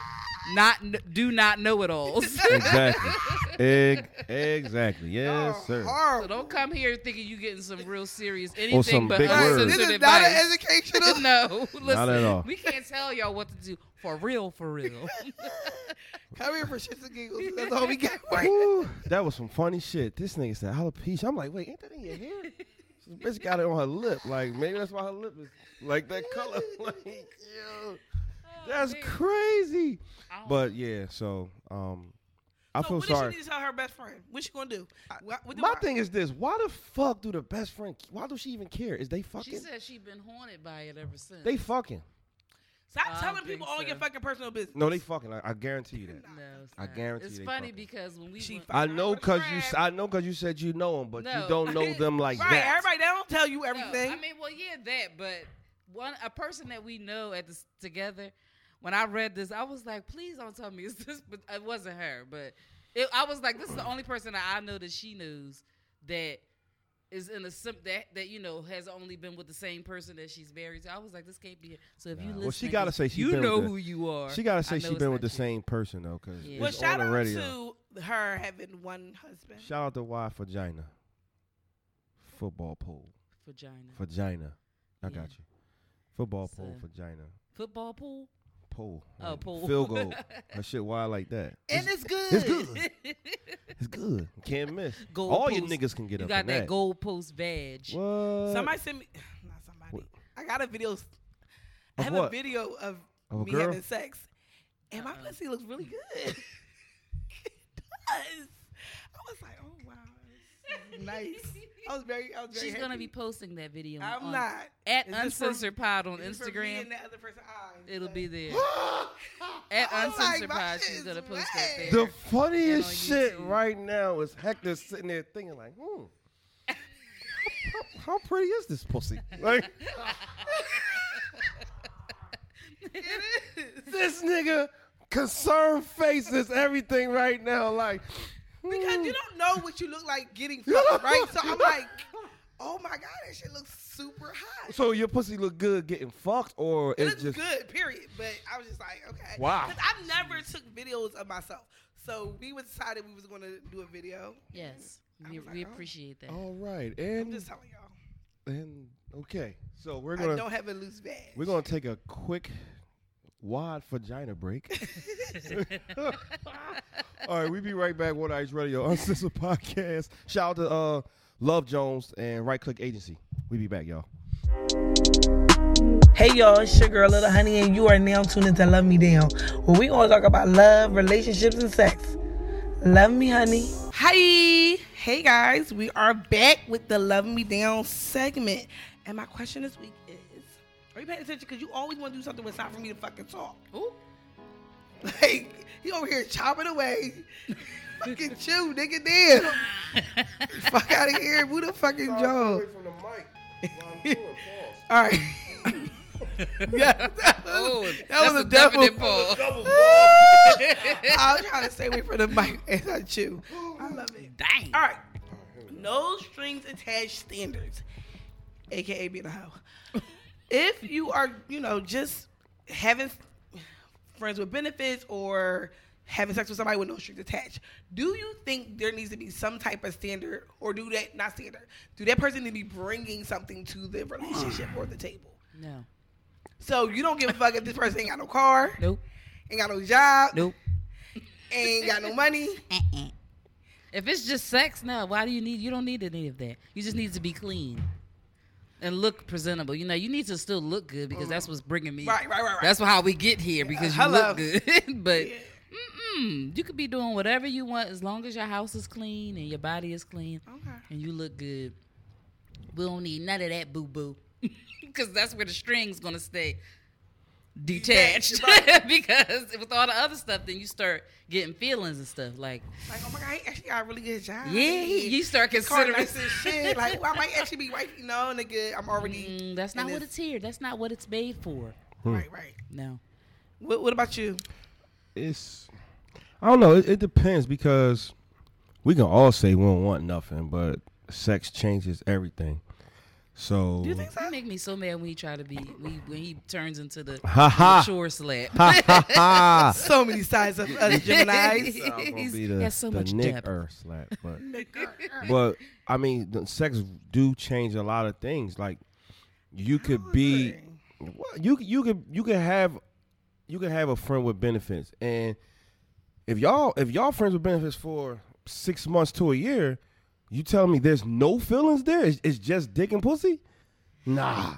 not kn- do not know it alls. (laughs)
exactly. Egg, exactly. Yes,
Oh,
sir.
So
horrible.
don't come here thinking you getting some real serious anything
some
but
big words.
This
uncensored
is not an (laughs)
advice.
educational.
(laughs) no, listen,
at all.
we can't tell y'all what to do for real, for (laughs) real.
Come here for shits and giggles. That's all (laughs) we got. Right?
Ooh, that was some funny shit. This nigga said alopecia. I'm like, wait, ain't that in your hair? This bitch got it on her lip. Like maybe that's why her lip is like that color. (laughs) like, yo, that's
man.
crazy.
I don't-
But yeah, so um, I
so
feel
what
sorry.
does she need to tell her best friend? What's she going to do? What, what do
My
I-
thing is this: Why the fuck do the best friend? Why does she even care? Is they
she
fucking?
said she been haunted by it ever since.
They fucking.
Stop
I
telling
don't
people
think
all
so.
your fucking personal business.
No, they fucking. I, I guarantee you that.
(laughs) no, it's
I
not.
guarantee
It's
they
funny
fucking-
because when we
She
went-
fuck-
I know cause you. s- I know cause you said you know them, but you
No.
don't know them like
(laughs) Right,
that.
everybody they don't tell you
No,
everything.
I mean, well, yeah, that, but one a person that we know at this together. When I read this, I was like, please don't tell me (laughs) it's this, but it wasn't her. But it, I was like, this is the only person that I know that she knows that is in a sim that that you know has only been with the same person that she's married to. I was like, this can't be. It. So if you
Nah,
listen,
well, she gotta say she
you
been with
know
the-
who you are.
She gotta
I
say
know
she
it's
been
not
with the
you.
same person though, cause
Yeah.
well,
it's on
shout out
the radio.
to her having one husband.
Shout out to Y Vagina. Football pole.
vagina,
Vagina. I
Yeah.
got you. Football pole.
So-
Vagina.
football pool.
Pole.
Oh,
Like,
pole.
Field goal.
(laughs)
Her shit wild like that.
and it's good.
it's
(laughs)
good. It's good. Can't miss.
Goal
All you
post.
niggas can get
you
up
got
in
that, gold post badge.
What?
Somebody sent me. (sighs) Not somebody.
What?
I got a video. I
Of
have
what?
a video of
Of a
me
girl?
having sex, and my
Uh-uh.
pussy looks really good. (laughs) it does. I was like, oh wow, this is nice. I was very. I was very.
She's gonna be
happy.
posting that video.
I'm
on-
not It's
at
just for-
uncensored pod on
It's for me and
Instagram.
the other person's eyes.
It'll
Like,
be
(laughs)
there at
I'm like,
uncensored
my
pod.
shit
She's
is
gonna post that
wet.
there.
The funniest
on
shit
YouTube.
right now is Hector sitting there thinking like, hmm. how- How pretty is this
(laughs)
pussy? Like
(laughs)
(laughs)
(laughs)
It is.
this nigga concerned face is everything right now. Like hmm.
Because you don't know what you look like getting
(laughs) You don't
fucked, right? So
know. (laughs)
I'm like, oh my god, that shit looks super hot.
So your pussy look good getting fucked, or
it
it's
looks
just
good, period. But I was just like, okay,
Wow.
Because I've never took videos of myself, so we was decided we was going to do a video.
Yes,
I
we,
was
we
like, oh.
appreciate that.
all right?
I'm
And
just telling y'all,
and okay, so we're
I
gonna
don't have a loose bag.
we're gonna take a quick wide vagina
(laughs)
break. (laughs) all right, we be right back. Water Ice Radio, Uncensored Podcast. Shout out to uh, Love Jones and Right Click Agency. We be back, y'all.
Hey y'all, it's your girl Little Honey, and you are now tuned into Love Me Down, where we gonna talk about love, relationships, and sex. Love me, honey.
Hi, hey guys, we are back with the Love Me Down segment, and my question this week is: Are you paying attention? Because you always want to do something when it's not for me to fucking talk.
Ooh,
Like he over here chopping away. fucking chew, nigga, damn. Fuck out of here. Who the fucking Joe?
from the mic.
All right. yeah,
Oh,
that was a definite
definite pause.
I was trying to stay away from the mic as I chew. I love it.
Dang.
All right. No strings attached standards, aka being a hoe. if you are, you know, just having friends with benefits or having sex with somebody with no strings attached, do you think there needs to be some type of standard, or do that not standard? Do that person need to be bringing something to the relationship or the table?
No.
So you don't give a fuck if this person ain't got no car,
Nope.
ain't got no job,
Nope.
ain't got no
(laughs)
money.
If it's just sex, no. Why do you need? You don't need any of that. You just need to be clean and look presentable. You know, you need to still look good because that's what's bringing me.
Oh. Right, right, right, right.
That's how we get here because you
hello.
look good. (laughs) but
Yeah.
mm-mm, you could be doing whatever you want as long as your house is clean and your body is clean
Okay.
and you look good. We don't need none of that boo (laughs) boo because that's where the string's gonna stay detached. (laughs) because with all the other stuff, then you start getting feelings and stuff like.
Like, oh my god, he actually got a really good job.
Yeah, he- you start
His car
considering-
nice as shit. Like, well, I might actually be right, you know, nigga. I'm already
Mm, that's not
And
what
it's-
it's here. That's not what it's made for.
right,
Hmm.
right.
No.
What, what about you?
It's I don't know. It, it depends because we can all say we don't want nothing, but sex changes everything. So
Do you think
You
so?
make me so mad when he try to be we, when he turns into the
Ha ha.
(laughs) mature slap.
ha
So many sides of
(laughs)
us Gemini's.
He's,
He's-
be
he
the,
has so
the
much
Nick
depth.
Earth slap, but but I mean, the sex do change a lot of things. Like you could be, well, you you could you could have you could have a friend with benefits, and if y'all if y'all friends with benefits for six months to a year, you tell me there's no feelings there. It's, it's just dick and pussy. Nah,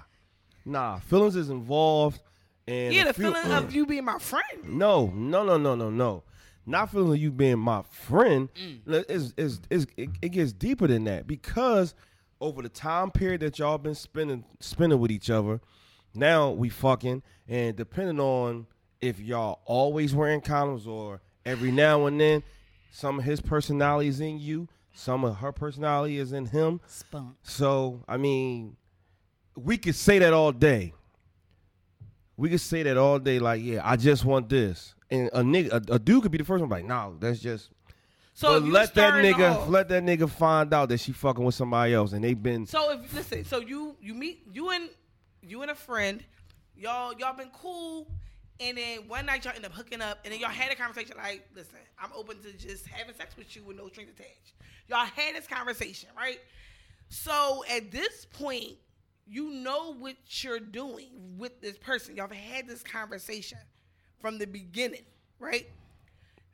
nah, feelings is involved. And
yeah,
a
the
few- uh,
feeling of you being my friend.
no, no, no, no, no, no. Not feeling you being my friend. It's, it's, it's, it, it gets deeper than that because over the time period that y'all been spending spending with each other, now we fucking and depending on if y'all always wearing condoms or every now and then, some of his personality is in you, some of her personality is in him.
Spunk.
So I mean, we could say that all day. We could say that all day. Like, yeah, I just want this, and a nigga, a, a dude could be the first one. Like, no, that's just.
So
but
you
let that
starting
nigga,
off-
let that nigga find out that she fucking with somebody else, and they've been.
So if listen, so you you meet you and you and a friend, y'all y'all been cool, and then one night y'all end up hooking up, and then y'all had a conversation like, listen, I'm open to just having sex with you with no strings attached. Y'all had this conversation, right? So at this point, you know what you're doing with this person. Y'all have had this conversation from the beginning, right?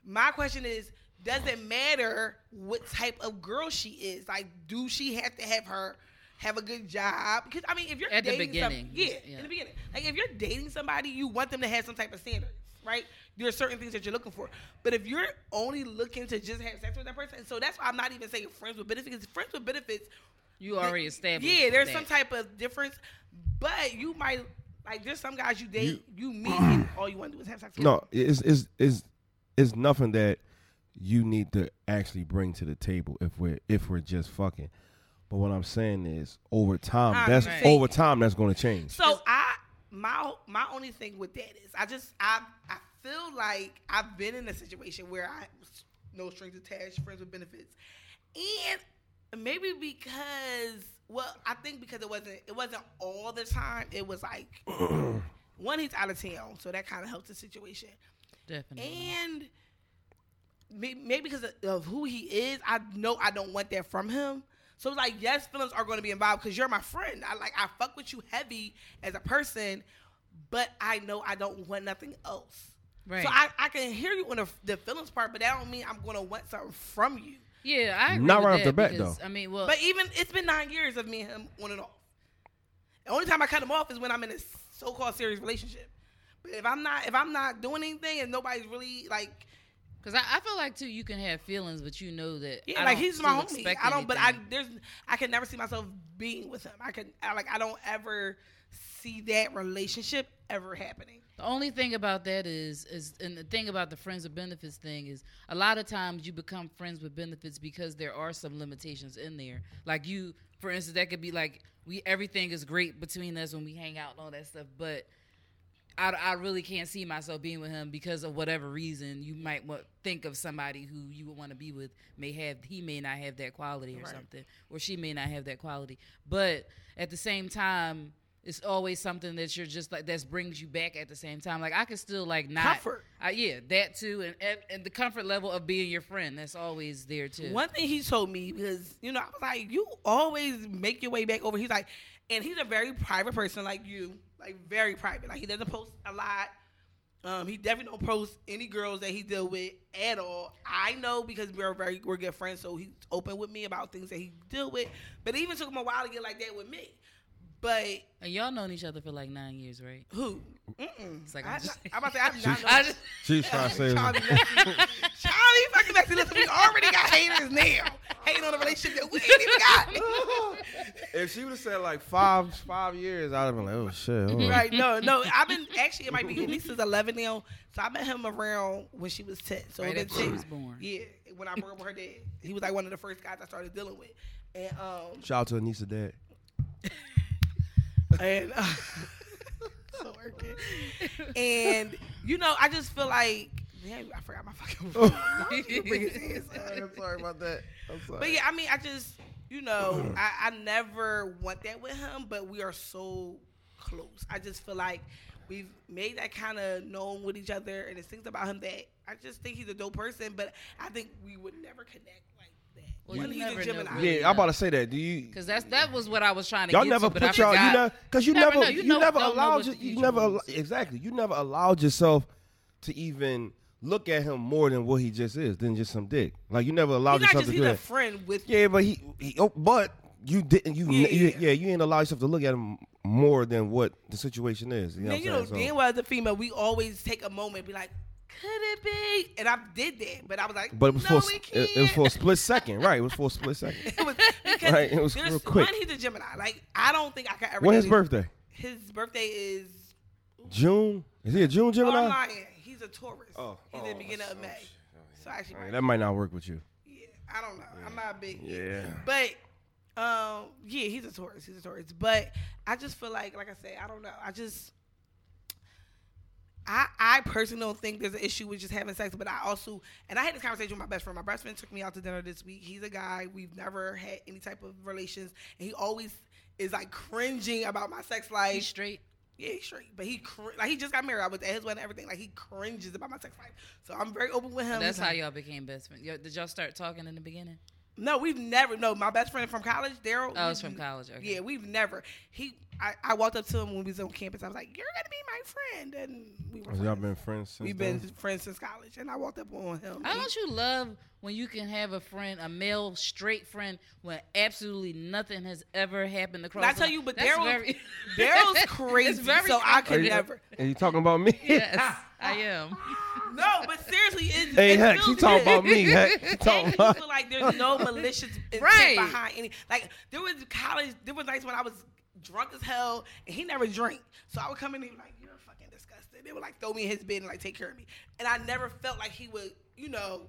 My question is, does it matter what type of girl she is? Like, do she have to have her have a good job? Because I mean, if you're
At the
dating
beginning,
some, yeah,
yeah.
in the beginning, like if you're dating somebody, you want them to have some type of standards, right? There are certain things that you're looking for, but if you're only looking to just have sex with that person, so that's why I'm not even saying friends with benefits. 'cause Friends with benefits,
You already established.
yeah, there's
that.
some type of difference, but you might like there's some guys you date, you, meet, and all you want to do is have sex. with
No, it's it's it's it's nothing that you need to actually bring to the table if we're if we're just fucking. But what I'm saying is, over time,
Ah,
that's
right.
over time, that's going to change.
So I my my only thing with that is I just I I feel like I've been in a situation where I was no strings attached, friends with benefits, and maybe because well I think because it wasn't it wasn't all the time. It was like one he's out of town, so that kind of helped the situation,
Definitely.
and. may- Maybe because of- of who he is, I know I don't want that from him. So it's like, yes, feelings are going to be involved because you're my friend. I like I fuck with you heavy as a person, but I know I don't want nothing else.
Right.
So I, I can hear you on the, the feelings part, but that don't mean I'm going to want something from you.
yeah, I agree
Not
with
right off
that
the bat,
because,
though.
I mean, well,
But even it's been nine years of me and him on and off. The only time I cut him off is when I'm in a so-called serious relationship. But if I'm not if I'm not doing anything and nobody's really like
because I, I feel like too, you can have feelings, but you know that.
Yeah,
I
like
don't
he's my
still
homie.
expect
I don't, but I
anything.
there's I can never see myself being with him. I can I, like I don't ever see that relationship ever happening.
The only thing about that is is and the thing about the friends with benefits thing is a lot of times you become friends with benefits because there are some limitations in there. Like you for instance that could be like we everything is great between us when we hang out and all that stuff, but I, I really can't see myself being with him because of whatever reason you might want, think of somebody who you would want to be with may have he may not have that quality or
Right.
something or she may not have that quality but at the same time it's always something that you're just like that brings you back at the same time like I can still like not
Comfort.
I, yeah that too and, and and the comfort level of being your friend that's always there too
One thing he told me because you know I was like, you always make your way back over. He's like, and he's a very private person like you, like very private. Like he doesn't post a lot. Um, he definitely don't post any girls that he deal with at all. I know because we're very we're good friends, so he's open with me about things that he deal with. But it even took him a while to get like that with me. But
and y'all known each other for like nine years right
who? Mm-mm.
It's like,
I,
I'm just- (laughs)
I'm about to say I'm not.
I
gonna-
just-
She's trying to
(laughs)
say
Charlie, Charlie fucking back to listen. We already got haters now. Hating on a relationship that we ain't even got.
(laughs) if she would have said like five five years, I'd have been like, oh shit. all
right? No, no. I've been actually it might be Lisa's eleven now, so I met him around when she was ten. So
Right
it
after she was born.
Yeah, when I broke up with her dad, he was like one of the first guys I started dealing with, and um,
Shout out to Anissa dad.
and (laughs) uh, so working. and you know, I just feel like. Damn, I forgot
(laughs)
my fucking. Why would you bring (laughs) his ass up?
sorry about that. I'm sorry.
But yeah, I mean, I just, you know, I, I never want that with him, but we are so close. I just feel like we've made that kind of known with each other, and it's things about him that I just think he's a dope person, but I think we would never connect like that.
Well,
One,
you
he's a
never know,
Gemini.
really.
Yeah, I'm about to say that. Do you?
Cause that's that was what I was trying to.
Y'all
get
never
to, but
put
I
y'all, you
forgot.
know, because you
Never
never,
know. You
you,
know-
never
don't know
allowed,
what
you,
the
you
future
never, al-
holds.
exactly, you never allowed yourself to even look at him more than what he just is, than just some dick. Like you never allowed
He's not
yourself
just,
to
he's
do
a
that.
friend with
Yeah, but he, he oh, but you didn't, you,
Yeah,
yeah, you,
yeah.
yeah, you ain't allow yourself to look at him more than what the situation is. You know
Then you
what
know,
I'm saying?
then
So-
well as a female, we always take a moment and be like, could it be? And I did that, but I was like,
but it was
no,
for
it,
a-
can't.
it, was for a split second, right? It was for a split second.
(laughs) It was- because
Right, it was
there's-
real quick.
One, he's a Gemini. Like, I don't think I could ever.
When's
date
his
a-
birthday?
His birthday is.
June? Is he a June
Oh, I'm
Gemini?
lying. He's a Taurus.
Oh,
he's
oh,
in the beginning
oh,
of May.
shit.
So I actually,
All right,
might,
that might not work with you.
yeah, I don't know. I'm not a big.
Yeah.
But um, yeah, he's a Taurus. He's a Taurus. But I just feel like, like I said, I don't know. I just, I, I personally don't think there's an issue with just having sex. But I also, and I had this conversation with my best friend. My best friend took me out to dinner this week. He's a guy. We've never had any type of relations, and he always is like cringing about my sex life.
He's straight.
Yeah, he's straight, but he cr- like he just got married. I was at his wedding, and everything. Like he cringes about my sex life, so I'm very open with him.
That's
Like,
how y'all became best friends. Y'all, did y'all start talking in the beginning?
No, we've never. No, my best friend from college, Daryl.
Oh,
we've-
it's from college. Okay.
Yeah, we've never. He, I, I walked up to him when we was on campus. I was like, "You're gonna be my friend," and we were.
Has y'all
friends.
been friends since
We've
then?
(laughs) been friends since college, and I walked up on him.
How don't you love when you can have a friend, a male straight friend, when absolutely nothing has ever happened across?
I tell
the-
you, but
That's
Daryl's-
very-
(laughs) Daryl's
(laughs) It's
crazy,
very
so I
Are
could
freaking-
you-
never.
And you talking about me?
(laughs) Yes,
(laughs)
I am.
No, but seriously,
(laughs)
it,
Hey,
it
Hex, you
feels
talking
good.
about me, Hex. You
I
talking
just
about
feel like there's
(laughs)
no malicious intent
Oh. Right.
behind any. Like there was college, there was nights when I was drunk as hell, and he never drank. So I would come in and he was like, "You're fucking disgusting." They would like throw me in his bed and like take care of me, and I never felt like he would, you know,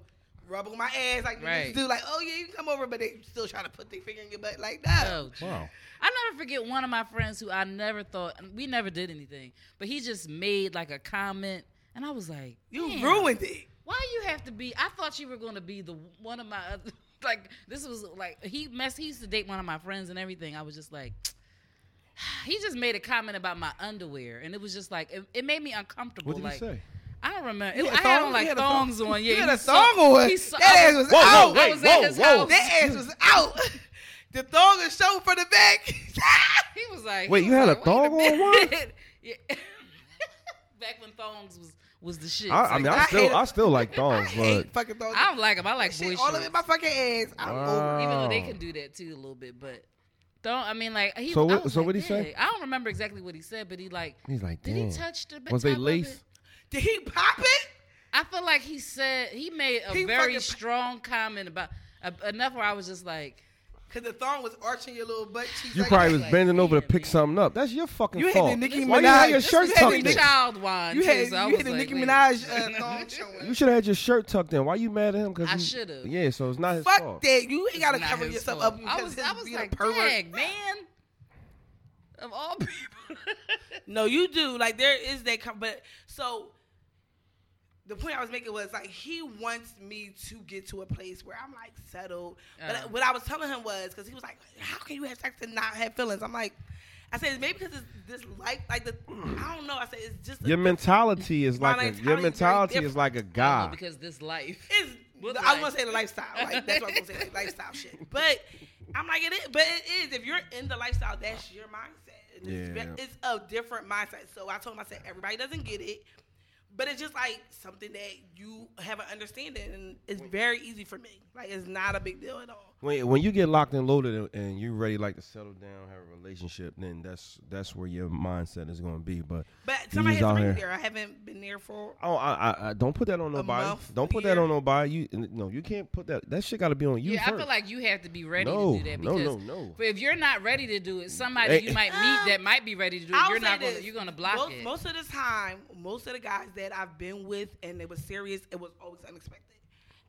rub on my ass like they
Right.
do. Like, oh yeah, you can come over, but they still trying to put their finger in your butt like that.
Oh,
(laughs)
gee.
Wow.
I never forget one of my friends who I never thought we never did anything, but he just made like a comment, and I was like,
You
"Damn."
ruined it.
Why you have to be? I thought you were going to be the one of my other. (laughs) Like this was like he messed. He used to date one of my friends and everything. I was just like, (sighs) he just made a comment about my underwear, and it was just like it, it made me uncomfortable.
What did
like,
he say?
I don't remember.
You
It,
had
I had
thong-
on
you
like
had a thong-
thongs on. Yeah,
you had a
he saw-
thong on.
he saw-
That ass was
Whoa,
out.
whoa, wait,
I was at
whoa,
his
whoa.
house.
That ass was out. (laughs) the thong is shown from the back. (laughs)
He was like,
Wait,
he
you had
was like,
a
"Wait
thong on
minute." (laughs) yeah. Back when thongs was was the shit.
I, I mean,
Like,
I,
I hate
still,
it.
I still like
I
thongs, but
hate fucking thongs.
I don't like them. I like boy
Shit, all of
shorts.
it, my fucking ass. I'm over.
even though they
Wow.
can do that too a little bit, but don't. I mean, like he.
Oh. So
I
what-
was
so
like,
what'd he say?
"Dang." I don't remember exactly what he said, but he like.
um, he's like,
Did
damn.
he touch the?
Was they
top of
lace?
it?
Did he pop it?
I feel like he said he made a
He
very
fucking-
strong comment about uh, enough where I was just like,
Cause the thong was arching your little butt cheeks.
You
like
probably
that.
was
like,
bending over to
yeah,
pick
man.
something up. That's your fucking
You had the
fault.
Nicki
Why you had
Minaj-
your
this
shirt
was had
tucked
the
in?
Nicki-
child wine.
You had
too, so I
you
was
had the
like,
Nicki (laughs)
wait.
Minaj uh, thong
You
showing.
should have had your shirt tucked in. Why you mad at him? 'Cause
I
he-
should've.
Yeah, so it's not his
Fuck
fault.
that. You ain't gotta
It's not
cover
his
yourself
fault.
up.
I
because
was,
his
I was
being a
like,
pervert.
dang, man. Of all people. (laughs)
No, you do. Like there is that, com- but so the point I was making was like he wants me to get to a place where I'm like settled. But
Uh-huh.
what I was telling him was because he was like, "How can you have sex and not have feelings?" I'm like, I said maybe because it's this like like the I don't know. I said it's just a
Your mentality is
My
like a,
mentality
your
is very
mentality
different.
is like a
No,
guy.
because this life.
it's
What
I was
life?
gonna say the lifestyle. Like that's what I'm gonna
(laughs)
say, like, lifestyle shit. But I'm like it is, but it is. If you're in the lifestyle, that's your mindset. And it's,
Yeah.
it's a different mindset. So I told him, I said everybody doesn't get it, but it's just like something that you have an understanding, and it's very easy for me. Like it's not a big deal at all.
When when you get locked and loaded and, and you ready like to settle down, have a relationship, then that's that's where your mindset is going to be. But
But
You
somebody
just
has
out
to bring me
here.
there. I haven't been there for.
oh, I, I, I don't put that on
A
nobody.
month,
don't
a
put that
year.
on nobody. You no, you can't put that. That shit got to be on you.
yeah,
first.
I feel like you have to be ready
No,
to do that
no,
because
no, no. Eh,
but if you're not ready to do it, somebody
Hey.
you might meet that might be ready to do it.
I'll
You're
say
not gonna
this.
you're gonna block
most,
it.
Most of the time, most of the guys that I've been with and they were serious, it was always unexpected.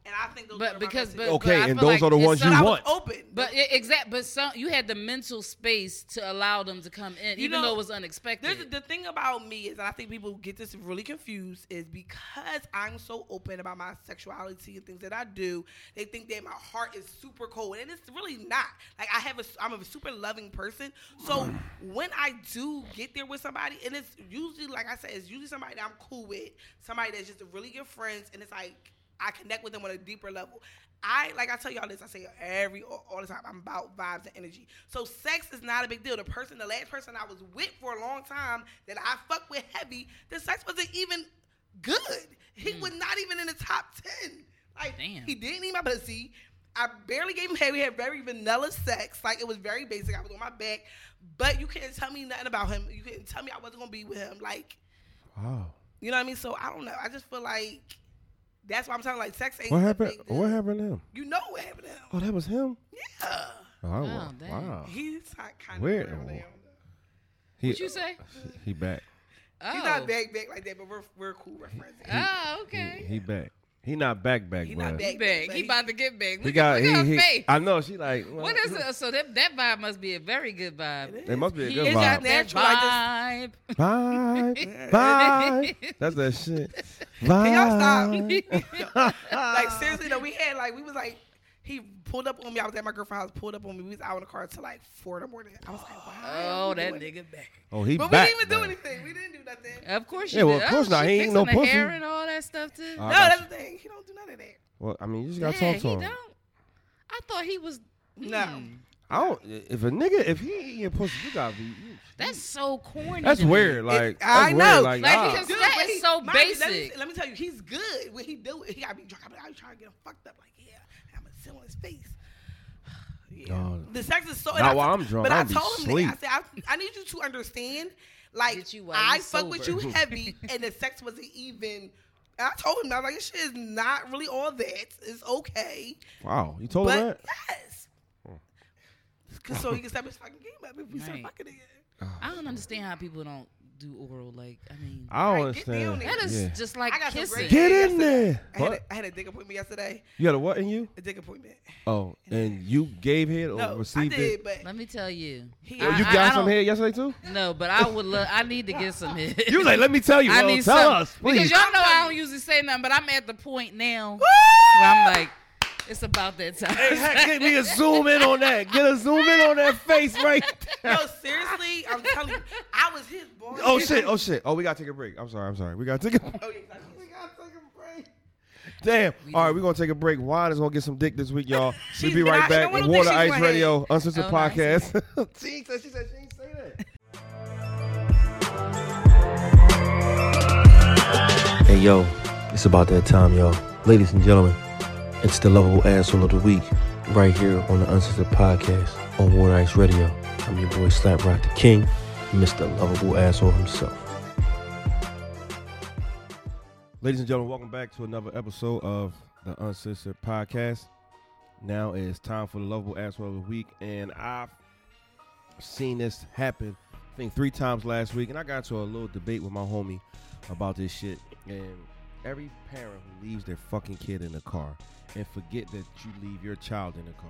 And I think those
But
were my
because-
best
but-
dates.
okay,
I
and
feel
those
like
are the
it's
ones
so-
you
I
want.
was open.
But it, exact, but some you had the mental space to allow them to come in,
You
even
know,
though it was unexpected.
There's, the thing about me is, and I think people get this really confused, is because I'm so open about my sexuality and things that I do, they think that my heart is super cold, and it's really not. Like I have a, I'm a super loving person, so when I do get there with somebody, and it's usually, like I said, it's usually somebody that I'm cool with, somebody that's just really good friends, and it's like I connect with them on a deeper level. I like I tell y'all this. I say every all, all the time. I'm about vibes and energy. So sex is not a big deal. The person, the last person I was with for a long time that I fucked with heavy, the sex wasn't even good. He was not even in the top ten. Like
Damn.
he didn't eat my pussy. I barely gave him head. We had very vanilla sex. Like it was very basic. I was on my back, but you couldn't tell me nothing about him. You couldn't tell me I wasn't gonna be with him. Like
wow.
you know what I mean. So I don't know. I just feel like that's why I'm talking like sex. Ain't
What
a
happened?
big deal.
What happened to him?
You know what happened to him.
Oh, that was him.
Yeah.
Oh, wow.
damn.
wow.
He's not kind
Where-
of around now.
He,
What'd you say?
He back.
Oh.
He's not back back like that, but we're we're cool. We're friends.
Oh,
He,
okay.
he back. He not back back.
He
bruh.
not back.
He, back.
but
He
he-
about to get back. Look,
He
at-
got.
look at her
He, he,
face.
I know. She like. well,
What is it? So that that vibe must be a very good vibe.
It must be a
He
good
got
vibe.
that
It's not
vibe.
Vibe, vibe. That's that shit. Vibe.
Can y'all like seriously though, we had like we was like he pulled up on me. I was at my girlfriend's house. Pulled up on me. We was out in the car till like four in the morning. I was like, wow.
oh, that nigga back.
(laughs) Oh, he
But we
back.
didn't even do
bruh.
anything. We didn't do nothing.
Of course she
Yeah, well,
did.
of course
oh,
not.
She
He ain't
fixing
no
the
pussy.
hair and all that stuff too.
Uh, I
No,
got
that's the thing. He don't do none of that.
Well, I mean, you just gotta
yeah,
talk to
he
him.
don't. I thought he was.
No.
I don't. If a nigga, if he eating your pussy, you gotta be. you-
That's so corny.
That's
to me.
weird. Like
I
that's
know.
Weird, like,
Like,
ah.
because- That
but
is so
mind you, let me-
basic.
let me tell you, he's good when he do it. He gotta be drunk. I'm trying to get him fucked up. Like, yeah, I'm gonna sit on his face. (sighs) Yeah.
Dog.
The sex is so. and
Not
I-
while I'm drunk.
But I
I'll be
told him,
asleep.
that. I said, I, I need you to understand. Like,
Get you while
I
you
fuck with you
sober. (laughs)
heavy, and the sex wasn't even. I told him, I was like, this shit is not really all that. It's okay,
wow, you told
but
him that.
yes. 'Cause so he can step his fucking game up if we start
Right.
fucking again.
I don't understand how people don't do oral. Like, I mean,
Ah, I don't
Right, get down
understand.
there.
that is
yeah.
just like
I got some
kissing.
great
Get
hair
in
yesterday.
there.
I had,
What?
a, I had a dick appointment yesterday.
You had a what in you?
A dick appointment.
Oh, and you gave head or
No, I
received
did,
it.
but (laughs)
Let me tell you.
He-
Oh,
I-
you
I-
got
I
some
don't-
head yesterday too.
No, but I would love. I need to get some hit.
You like, let me tell you.
(laughs) I
well,
need
tell
some
us, please.
because y'all know I don't usually say nothing, but I'm at the point now where I'm like, it's about that time.
Hey, heck, get
(laughs)
me a zoom in on that. Get a zoom in on that face right there.
Yo, seriously, I'm telling you, I was his boy.
Oh
(laughs)
shit! Oh shit! Oh, we gotta take a break. I'm sorry. I'm sorry. We gotta take a. (laughs)
Oh, yeah, exactly. We gotta take a break.
Damn. All right, we're gonna take a break. Juan is gonna get some dick this week, y'all. We'll
She's
be right
not-
back.
I
Water
don't think she's
Ice
gonna
Radio, Uncensored
Oh, no, I see
Podcast. (laughs) she said she said she ain't say that.
Hey yo, it's about that time, y'all. Ladies and gentlemen, it's the lovable asshole of the week, right here on the Uncensored Podcast on Water Ice Radio. I'm your boy Slap Rock the King, Mr. Lovable Asshole himself.
Ladies and gentlemen, welcome back to another episode of the Uncensored Podcast. Now it's time for the lovable asshole of the week, and I've seen this happen, I think three times last week, and I got into a little debate with my homie about this shit. And every parent who leaves their fucking kid in the car and forget that you leave your child in the car,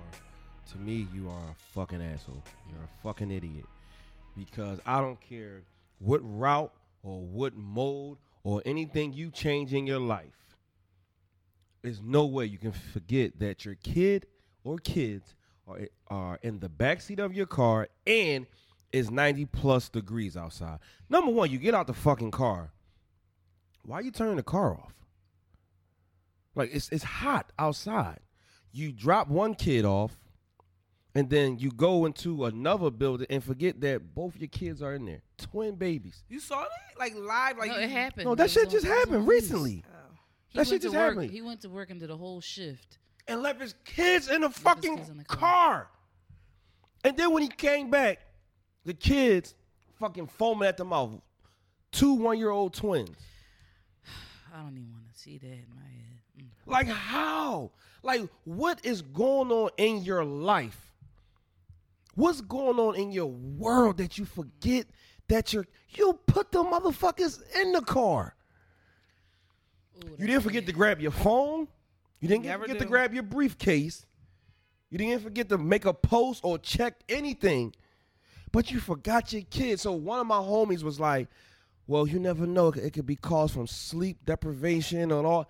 to me, you are a fucking asshole. You're a fucking idiot because I don't care what route or what mode or anything you change in your life there's no way you can forget that your kid or kids are are in the backseat of your car and it's 90 plus degrees outside. Number one, you get out the fucking car. Why you turning the car off? Like it's it's hot outside. You drop one kid off, and then you go into another building and forget that both your kids are in there. Twin babies.
You saw that? Like live? Like
no,
you-
it happened.
No,
It
that
was
shit
on-
just
it was on
happened
news.
recently.
Oh.
That
He went
shit
to
just
work-
happened.
He went to work and did a whole shift.
and left his kids in the
Left his
fucking
kids in the
car.
car.
And then when he came back, the kids fucking foaming at the mouth. Two one year old twins.
I don't even want to see that in my head. Mm.
Like how? Like what is going on in your life? What's going on in your world that you forget that you're you put the motherfuckers in the car?
Ooh,
You
that-
didn't forget to grab your phone. You didn't
Never
forget to
do.
grab your briefcase. You didn't forget to make a post or check anything. But you forgot your kid. So one of my homies was like, "Well, you never know. It could- It could be caused from sleep deprivation and all."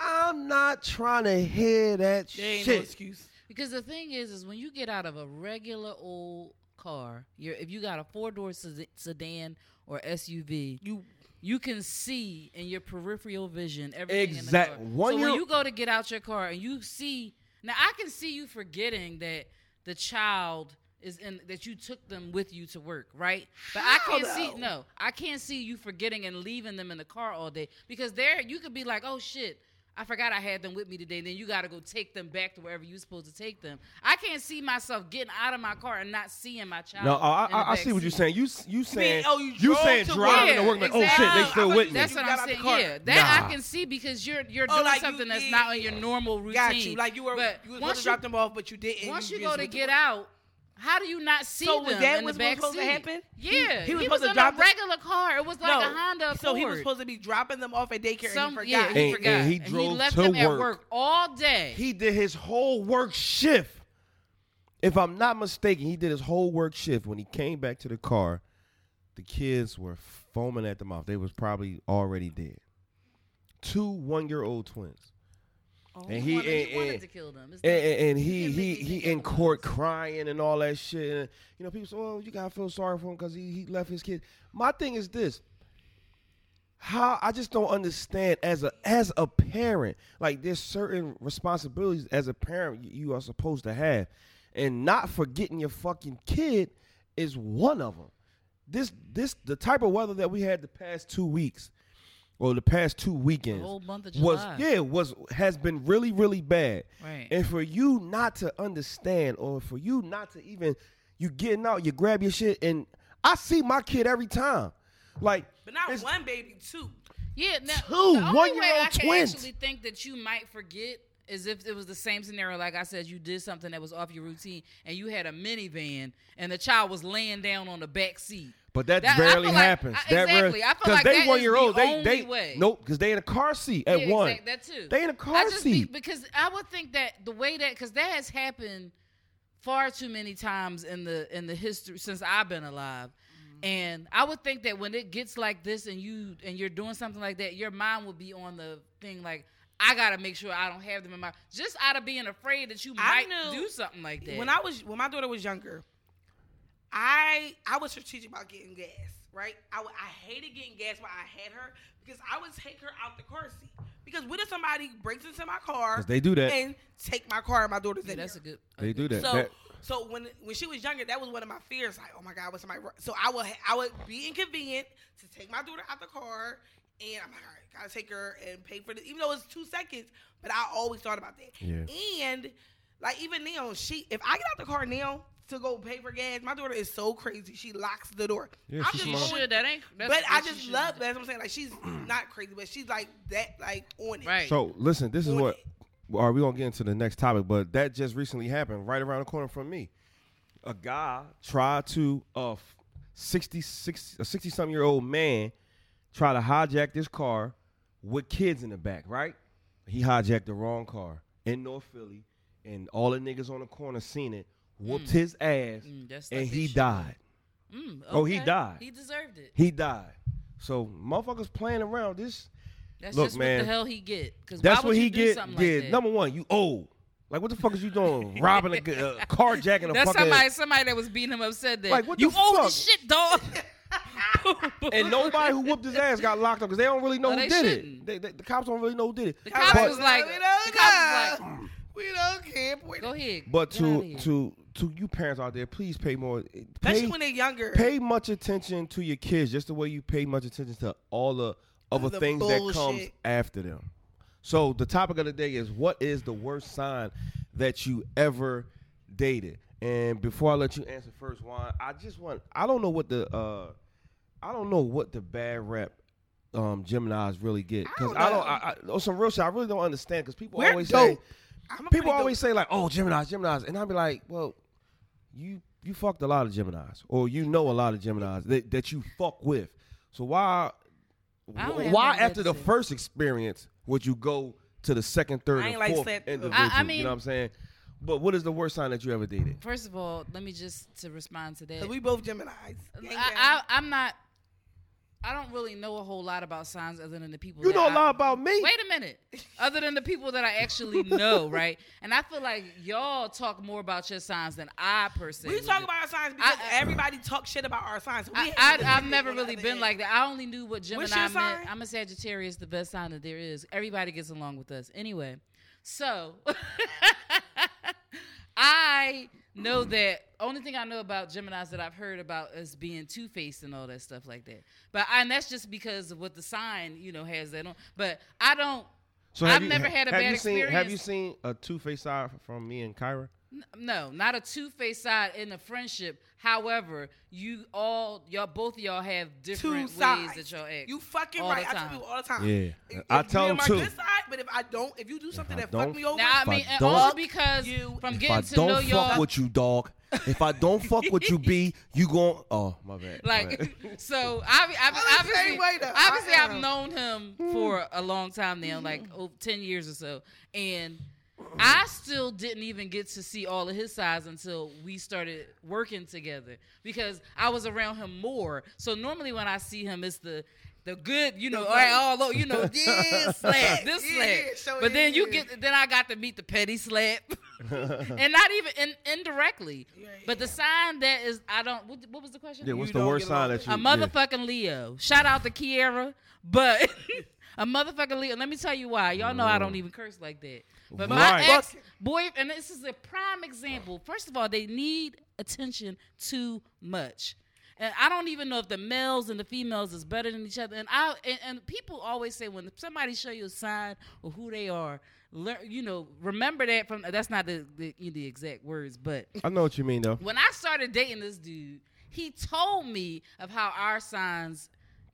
I'm not trying to hear that
There ain't no
shit.
excuse.
Because the thing is, is when you get out of a regular old car, you're, if you got a four door sedan or SUV,
You
you can see in your peripheral vision everything.
Exact-
In the car.
one
so
year-
when you go to get out your car and you see, now I can see you forgetting that the child is in that you took them with you to work, right? But I can't see no, I can't see you forgetting and leaving them in the car all day because there you could be like, oh shit. I forgot I had them with me today. Then you got to go take them back to wherever you're supposed to take them. I can't see myself getting out of my car and not seeing my child.
No, I,
in the
I, I see what
backseat.
you're saying. You s- you saying
oh, you drove
saying
to
driving
work.
to work like oh shit they still
exactly.
I thought
with
you
me.
That's
you
what
got
I'm
out the
saying.
car.
Yeah, that
Nah.
I can see because you're you're
Oh,
doing
like you
something that's
did.
not on your normal routine.
got you. Like you were
But
you was supposed to
once you
drop them off, but you didn't.
once
and
you go
just
to
went
get
work.
out, how do you not see
So was
them
that
in
was
the back
supposed to
seat?
happen?
Yeah,
He- he was supposed
was
to
in
drop
a
the-
regular car. It was like a Honda Accord.
So he was supposed to be dropping them off at daycare
Some,
and he
yeah,
forgot.
he
And-
forgot.
and he drove
left
to
them
work.
at work all day.
He did his whole work shift. If I'm not mistaken, he did his whole work shift. When he came back to the car, the kids were foaming at the mouth. They was probably already dead. Two one year old twins. and he,
wanted,
and,
he wanted
and-
to kill them. It's
and,
not-
and- and he
didn't
he
think
he
could
in
kill them.
court crying and all that shit. And, you know, people say, "Oh, you gotta feel sorry for him because he he left his kid." My thing is this: how I just don't understand as a as a parent, like there's certain responsibilities as a parent you, you are supposed to have, and not forgetting your fucking kid is one of them. This this the type of weather that we had the past two weeks, or the past two weekends,
whole month of
was
July.
yeah was has been really really bad.
Right.
And for you not to understand, or for you not to even, you getting out, you grab your shit, and I see my kid every time. Like,
But not
it's-
one baby, two.
Yeah, now,
Two
the only way
one-year-old
I can
twins.
actually think that you might forget is if it was the same scenario. Like I said, you did something that was off your routine, and you had a minivan, and the child was laying down on the back seat.
But that,
That- I
rarely
feel like-
happens.
I-
that rarely,
exactly. I feel like that
they
is
one year
the
old. They
only
they
way.
nope because they in a car seat at
yeah,
one.
exact- that too.
They in a
I
car
just
seat.
Be, because I would think that the way that because that has happened far too many times in the in the history since I've been alive. And I would think that when it gets like this and you and you're doing something like that, your mind will be on the thing like I gotta make sure I don't have them in my just out of being afraid that you
I
might
knew-
do something like that.
When I was when my daughter was younger, I I was strategic about getting gas. Right, I, w- I hated getting gas while I had her because I would take her out the car seat. Because what if somebody breaks into my car?
'Cause they do that.
and take my car and my daughter's
yeah,
in
that's a
there.
good. a
they
good-
do that.
So
That-
so when when she was younger, that was one of my fears. Like, oh my god, what's my so I would I would be inconvenient to take my daughter out the car. And I'm like, all right, gotta take her and pay for this, even though it's two seconds. But I always thought about that.
Yeah.
And like even now, she if I get out the car now to go pay for gas, my daughter is so crazy. She locks the door.
Yeah,
I'm
she's
just
She
smart. Mm.
going-
should. That ain't. That's
but I
what she
just
should
love
do.
that's what I'm saying. Like she's not crazy, but she's like that, like on it.
Right.
so listen, this is
on
what
it.
all right, we're gonna get into the next topic, but that just recently happened right around the corner from me. A guy tried to uh, a 66 a 60 something year old man try to hijack this car with kids in the back, right? He hijacked the wrong car in North Philly, and all the niggas on the corner seen it, whooped his ass,
Mm, that's like
and
they
he
should.
died.
Mm,
Oh, he
okay.
died.
He deserved it.
He died. So motherfuckers playing around this.
That's
Look,
just
man,
what the hell he get. Because
That's
why
what
would you
he
do
get.
Something
yeah,
like that?
number one, you old. Like what the fuck is you
(laughs)
doing? Robbing a g- uh, carjacking a
That's
fucking.
somebody. Somebody that was beating him up said that.
Like, what
you
the
old
fuck?
as shit, (laughs) dog.
And nobody who whooped his ass got locked up because they don't really know
No,
who
they
did it.
shouldn't.
They, they, the cops don't really know who did it.
The cops
But-
was like,
We
the
don't
cops was
know.
like,
We don't care. Boy.
go ahead.
but
get outta
to
here.
to to you parents out there, please pay more.
Especially
Pay,
when they're younger.
pay much attention to your kids, just the way you pay much attention to all the other
Other
things that comes
bullshit.
after them. So the topic of the day is what is the worst sign that you ever dated? And before I let you answer first, Juan, I just want I don't know what the uh I don't know what the bad rep um Gemini's really get because I don't I, I, on some real shit I really don't understand because people
We're
always say
dope. I'm a pretty
people
dope-
always say like, "Oh, Gemini's, Gemini's," and I'd be like, "Well, you you fucked a lot of Gemini's, or you know a lot of Gemini's that, that you fuck with. So why
I don't have
why
nothing
after the
to say.
first experience would you go to the second, third,
I
and
ain't like
fourth
said- I- I
individual? you
mean-
know what I'm saying? But what is the worst sign that you ever dated?
First of all, let me just to respond to that.
'Cause we both Gemini's. Yang yang.
I, I, I'm not. I don't really know a whole lot about signs other than the people.
You
that
know a
I-
lot about me.
Wait a minute. Other than the people that I actually know, right? And I feel like y'all talk more about your signs than I per se.
we
would.
talk about our signs because
I- I-
everybody talks shit about our signs. We
I,
have to
I, I've
listen
never
on the
really
other
been
end.
like that. I only knew what Gemini
What's
meant.
your sign?
I'm a Sagittarius, the best sign that there is. Everybody gets along with us. Anyway, so (laughs) I know that only thing I know about Geminis that I've heard about is being two faced and all that stuff like that. But I, and that's just because of what the sign, you know, has that on. But I don't.
So
I've
have you-
never
ha-
had a
have
bad
you seen, Have
experience.
you seen a two faced side from me and Kyra?
N- No, not a two faced side in a friendship. However, you all, y'all, both of y'all have
two
different ways
sides.
that y'all act.
You fucking
all
right.
the
I tell
time.
people all the time.
Yeah.
If-
I
if
tell
you're
'em
my
too.
Good side, but if I don't, if you do something
I
that
don't-
fuck me over,
Now,
If
I
I
mean, and
don't-
also because
you-
from
If I
getting to know
don't fuck
y'all,
with you, dog. If I don't fuck with you,
(laughs)
B, you gon' oh my bad. my bad.
like, (laughs) so I've, I've,
I'm the
obviously,
same way though. I
obviously, I've
am.
known him for a long time now, like oh, ten years or so, and I still didn't even get to see all of his sides until we started working together because I was around him more. So normally when I see him, it's the the good, you know, all right, all oh, you know,
(laughs)
yeah, slap, this
Yeah,
slap.
yeah, so
but then you
yeah.
get, then I got to meet the
(laughs)
petty slap. and not even in, indirectly. But the sign that is, I don't. What, what was the question?
Yeah, what's
You
the
don't
worst
get along
sign that you
a motherfucking Leo. Shout out to Kiera, but (laughs) a motherfucking Leo. Let me tell you why. Y'all know I don't even curse like that. But
Right.
my ex boy, and this is a prime example. First of all, they need attention too much. And I don't even know if the males and the females is better than each other. And I and, and people always say when somebody show you a sign or who they are, learn you know remember that from that's not the the, the exact words, but
I know what you mean though.
when I started dating this dude, he told me of how our signs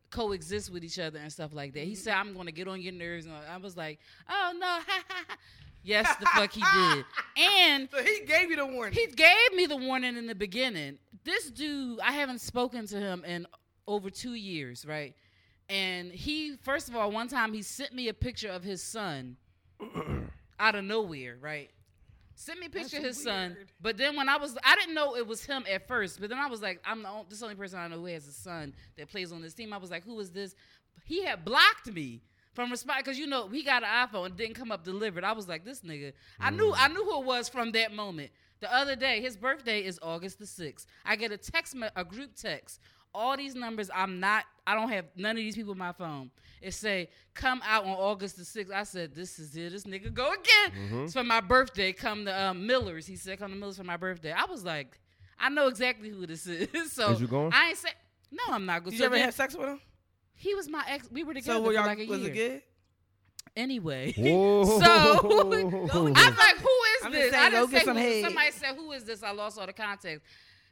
coexist with each other and stuff like that. He said, "I'm going to get on your nerves," and I was like, "Oh no, (laughs) yes, the fuck he did." And
So he gave you the warning.
he gave me the warning in the beginning. This dude, I haven't spoken to him in over two years, right? And he, first of all, one time he sent me a picture of his son out of nowhere, right? Sent me a picture of his son,
weird.
but then when I was, I didn't know it was him at first. But then I was like, I'm the only, this only person I know who has a son that plays on this team. I was like, who is this? He had blocked me from response because you know he got an iPhone and didn't come up delivered. I was like, this nigga. I knew, I knew who it was from that moment. The other day, his birthday is August the sixth. I get a text, me- a group text. All these numbers, I'm not. I don't have none of these people on my phone. It say come out on August the sixth. I said this is it. This nigga go again. It's for my birthday. Come to um, Miller's. He said come to Miller's for my birthday. I was like, I know exactly who this is. (laughs) so
Is you going?
I ain't say no. I'm not going.
Did
to
you ever have sex with him?
He was my ex. We were together
So were
for
y'all
like a
was
year.
it good?
Anyway.
(laughs) Whoa.
So- I'm like, who is
I'm just
this?
saying,
I
go
didn't
get
say
some
who-
head.
somebody said, who is this? I lost all the context.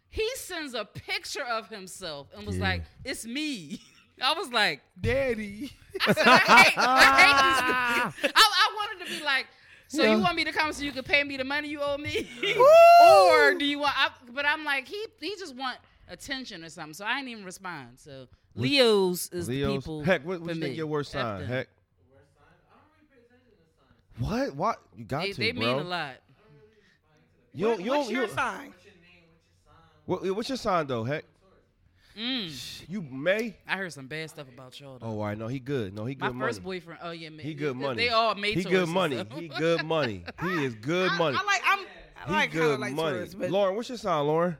He sends a picture of himself and was
Yeah.
like, it's me. (laughs) I was like,
Daddy.
(laughs)
I said, I hate, I hate this. I, I wanted to be like, So
Yeah.
you want me to come so you can pay me the money you owe me, (laughs)
Woo!
or do you want? I, but I'm like he he just want attention or something. So I ain't even respond. So Leo's is the
Leo's-
people.
Heck, what, what
for
you think
me.
your worst
F
sign?
them.
Heck. What? What? You got
They,
to,
they
bro.
mean a lot.
You, don't-
What-
you,
what's
don't-
your
you,
sign?
What, what's your sign though? Heck.
Mm.
You May?
I heard some bad stuff about y'all. Though.
Oh, all right. No, he good. No, he
My
good money.
first boyfriend. Oh yeah, man.
He good money.
They all made
He good money. He
(laughs)
good money. He is good
I,
money.
I like. I'm. I
He
like kind
good
of like
money.
tourists, but
Lauren, what's your sign, Lauren?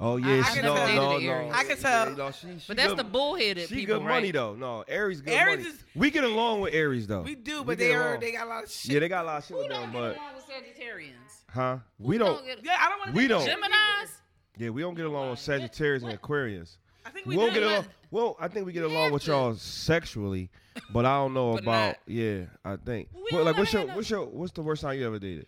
Oh
I
yeah, she
can
no,
tell.
no,
Dated
no.
Aries.
I can tell.
No, she- she
But that's
good-
the bullheaded
She
people,
good money
right?
though. No, Aries good
Aries
money.
is-
We get along with Aries though.
we do,
We
but
get
they are.
along.
They got a lot of shit.
yeah, they got a lot of shit
Who
with
don't
them,
get
but
along with Sagittarians?
huh? We
Who
don't.
get-
yeah, I don't want to.
We don't.
Gemini's.
Yeah, we don't get along with Sagittarius and Aquarius.
I think we
We will
do.
get along.
but-
Well, I think we get
We
along
have
with
to.
y'all sexually, but I don't know
But
about.
not-
Yeah, I think.
We
Well,
don't
like,
wanna
what's your
have no-
what's your what's the worst time you ever dated?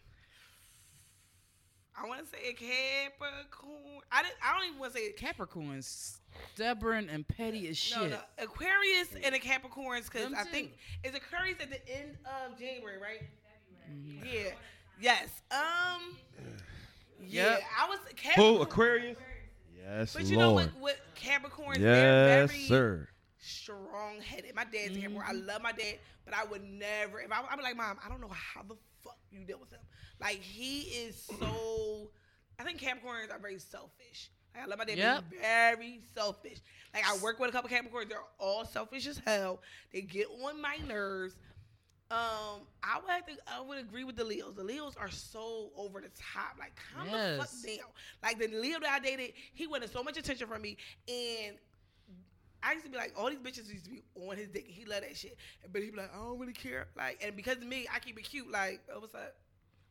I want to say a Capricorn. I, didn't, I don't even want to say it.
Capricorn's stubborn and petty as shit.
No, no, Aquarius and the Capricorns, because
Them
I
too.
think is Aquarius at the end of January, right? Yeah. Yes. Um. Yeah.
Yep.
I was
Who
Capricorn.
Aquarius? Yes,
But you know
Lord.
what? What Capricorns? they're
yes,
very
sir.
Strong headed. My dad's a Capricorn. I love my dad, but I would never. If I, I'd be like, Mom, I don't know how the fuck you deal with him. Like he is so. I think Capricorns are very selfish. Like, I love my dad. but he's Very selfish. Like I work with a couple Capricorns. They're all selfish as hell. They get on my nerves. Um, I would have to, I would agree with the Leos. The Leos are so over the top. Like, calm
Yes.
the fuck down. Like the Leo that I dated, he wanted so much attention from me, and I used to be like, all these bitches used to be on his dick. He love that shit, but he be like, I don't really care. Like, and because of me, I keep it cute. Like, oh, what's up?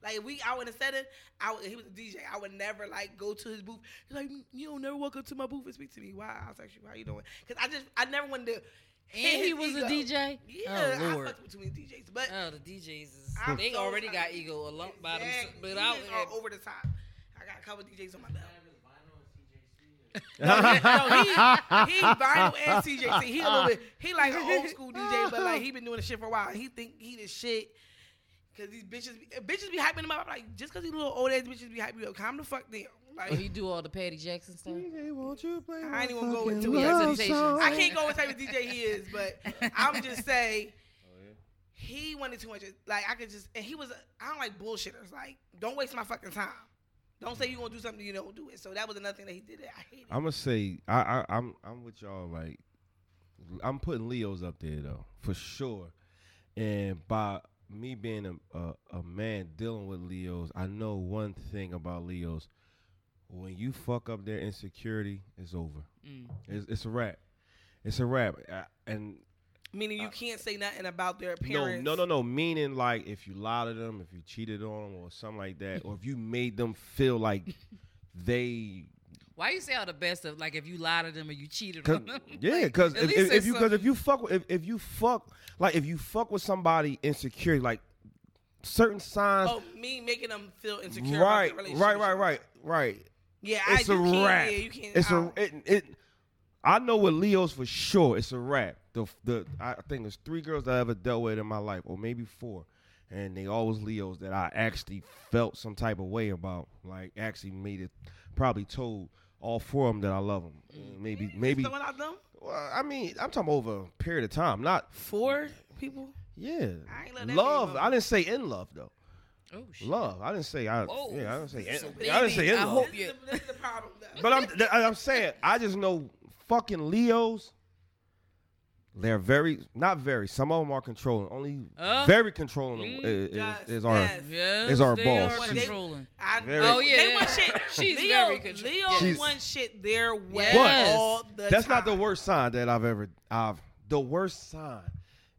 Like if we out in a setting, I would, he was a DJ. I would never like go to his booth. He's like, "Mm, you don't never walk up to my booth and speak to me. Why? I was like, how you doing? Because I just I never wanted to. hit
And he
his
was
ego.
a DJ.
Yeah,
oh
I (laughs)
Lord.
fucked with too many DJs, but
Oh, the DJs is
I'm
they
so
already
tired.
got ego alone by
Exactly.
themselves. But
DJs
I
are over the top. I got a couple DJs on my
(laughs)
belt. no, he, he vinyl and CJC. He
(laughs)
a little bit. He like an old school DJ, but like he been doing the shit for a while. He think he the shit. Cause these bitches, be- bitches be hyping him up. I'm like just cause these little old ass bitches be hyping you up, calm the fuck down. Like
Oh, he do all the Patty Jackson stuff.
Mm-hmm. I ain't even go into
love
it.
song.
I can't go what type of DJ he is, but I'm just saying he wanted too much. Like I could just, and he was. a- I don't like bullshitters. Like don't waste my fucking time. Don't say you gonna do something you don't do it. So that was another thing that he did. That I hated.
I'm gonna say I, I I'm I'm with y'all. Like I'm putting Leos up there though for sure. And by me being a, a a man dealing with Leos, I know one thing about Leos: when you fuck up their insecurity, it's over.
Mm.
It's, it's a wrap. It's a wrap. I, and
Meaning you can't say nothing about their
no,
appearance.
no, no, no. Meaning like if you lied to them, if you cheated on them, or something like that, or if you made them feel like they
Why you say all the best of like if you lied to them or you
(laughs)
cheated
Cause,
on them?
yeah,
Like,
because
at
if,
least
if,
say
if you because
something.
if you fuck with- if, if you fuck like if you fuck with somebody insecure like certain signs
Oh, me making them feel insecure.
right
About their
right
relationship.
right right right
Yeah,
it's
I,
a
you can't,
wrap
Yeah, you can't.
it's
I don't-
a it, it I know with Leo's for sure it's a wrap the the I think there's three girls that I ever dealt with in my life or maybe four and they always Leo's that I actually felt some type of way about like actually made it probably told all four of them that I love them
Mm.
maybe maybe
Someone out them
well, I mean, I'm talking over a period of time, not
four people.
yeah.
I ain't love that many
love.
women.
I didn't say in love though.
Oh shit.
Love. I didn't say I.
Whoa.
Yeah, I didn't say. In,
So,
I didn't
baby,
say in
I
love.
hope-
This, is the, this is the problem, though.
But I'm. th- I'm saying. I just know fucking Leos. They're very not very. Some of them are controlling. Only
Uh,
very controlling
mm,
is, is,
yes,
is our.
yes.
Yes,
It's our
they
boss.
Are
She's-
controlling.
I,
Very-
Oh, yeah,
They
yeah.
want shit.
She's
Leo,
very control-
Leo
She's-
wants shit their way
Yes.
all the
That's not the
time.
worst sign that I've ever. I've. The worst sign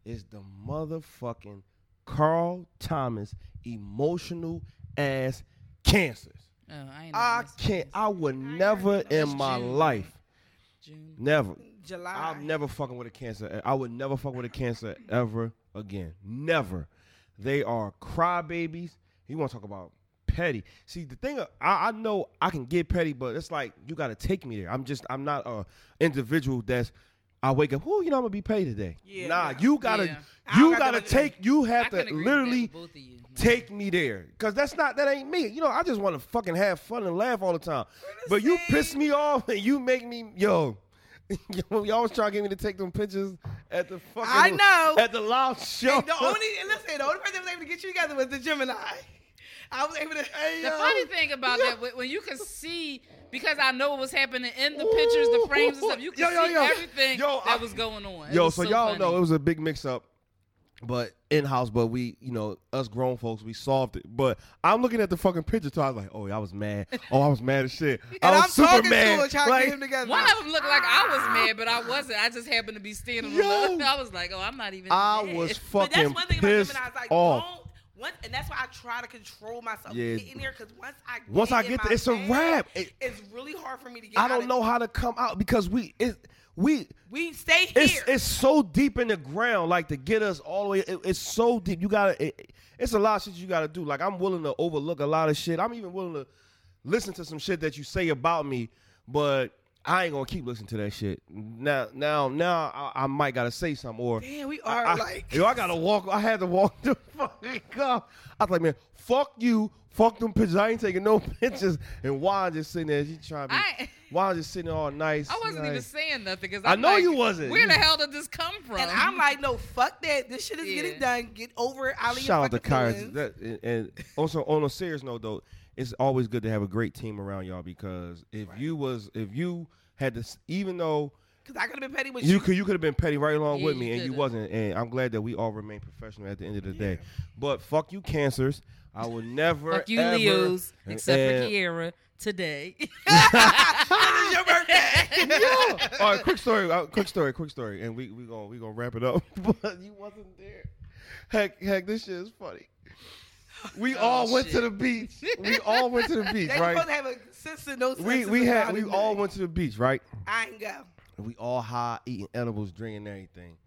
is the motherfucking Carl Thomas emotional ass cancers.
Oh, I ain't.
I
know this.
can't. I would never in my
June.
life,
June.
never.
July.
I'm never fucking with a cancer. I would never fuck with a cancer ever again. Never. They are crybabies. You want to talk about petty? See, the thing I, I know I can get petty, but it's like you got to take me there. I'm just I'm not a individual that's I wake up, oh, you know, I'm gonna be paid today.
Yeah,
nah,
nah.
you gotta,
Yeah.
I don't
you
got
gotta
the money.
take, you
I
have
can
to
agree with that
literally
with both of you.
take me there, cause that's not, that ain't me. You know, I just want to fucking have fun and laugh all the time.
the
But you
same.
piss me off and you make me, yo, (laughs) yo, y'all was trying to get me to take them pictures at the fucking,
I know.
at the live show.
And the only and listen, the only person that was able to get you together was the Gemini. I was able to.
The funny thing about that, when- when you can see, because I know what was happening in the pictures, the frames and stuff, you could
Yo, yo,
see
yo.
everything
Yo,
that
I-
was going on.
(laughs)
It
Yo,
was
so, y'all
funny.
know it was a big mix up, but in house, but we, you know, us grown folks, we solved it. But I'm looking at the fucking picture, so I was like, oh, yeah, I was mad. Oh, I was mad as shit. I
(laughs) And
was
I'm
super
talking
mad.
to her, trying
Like,
to get him together.
One of them looked like I was mad, but I wasn't. I just happened to be standing.
Yo.
on the, (laughs) I was like, oh, I'm not even.
I
mad.
was
But
fucking
that's one thing about
pissed
Gemini. Is like,
off.
don't. Once, and that's why I try to control myself
Yeah.
getting there because once I get
Once I
in
get
my
there, it's a
bag,
wrap. It-
it's really hard for me to get.
I
out
don't
of-
know how to come out because we, it, we,
We stay here.
it's it's so deep in the ground, like to get us all the way. It, it's so deep. You gotta. It, it's a lot of shit you gotta do. Like I'm willing to overlook a lot of shit. I'm even willing to listen to some shit that you say about me, but I ain't gonna keep listening to that shit. Now, now, now, I, I might gotta say something or.
Man, we are
I,
like.
yo, I gotta walk. I had to walk the (laughs) fucking car. I was like, man, fuck you, fuck them pictures. I ain't taking no (laughs) pictures. And Juan just sitting there, she trying to be.
I-
Juan just sitting there all nice.
(laughs) I wasn't
like-
even saying nothing because
I know you wasn't.
Where the
You-
hell did this come from?
And I'm like, no, fuck that. This shit is
Yeah.
getting done. Get over it. I'll leave
Shout out to
your
Kyra.
feelings.
That, and, and also on a serious note though, it's always good to have a great team around y'all because if you was if you had to s- even though
Cause I could have been petty with you.
you could you could have been petty right along
Yeah,
with
you
me and you
coulda.
wasn't and I'm glad that we all remain professional at the end of the day. But fuck you cancers. I
(laughs)
will never
fuck you,
ever-
Leos, except for
and-
Kiera today. (laughs)
It's your (laughs) birthday.
Yeah. (laughs) All right, quick story, uh, quick story, quick story, and we we gonna we gonna wrap it up. (laughs) but you wasn't there. Heck, heck, this shit is funny. We
Oh,
all went to the beach.
(laughs)
We all went to the beach,
they were
right?
supposed to have a sense of no sense.
We we had we all went to the beach, right?
I ain't go.
And we all high, eating edibles, drinking everything.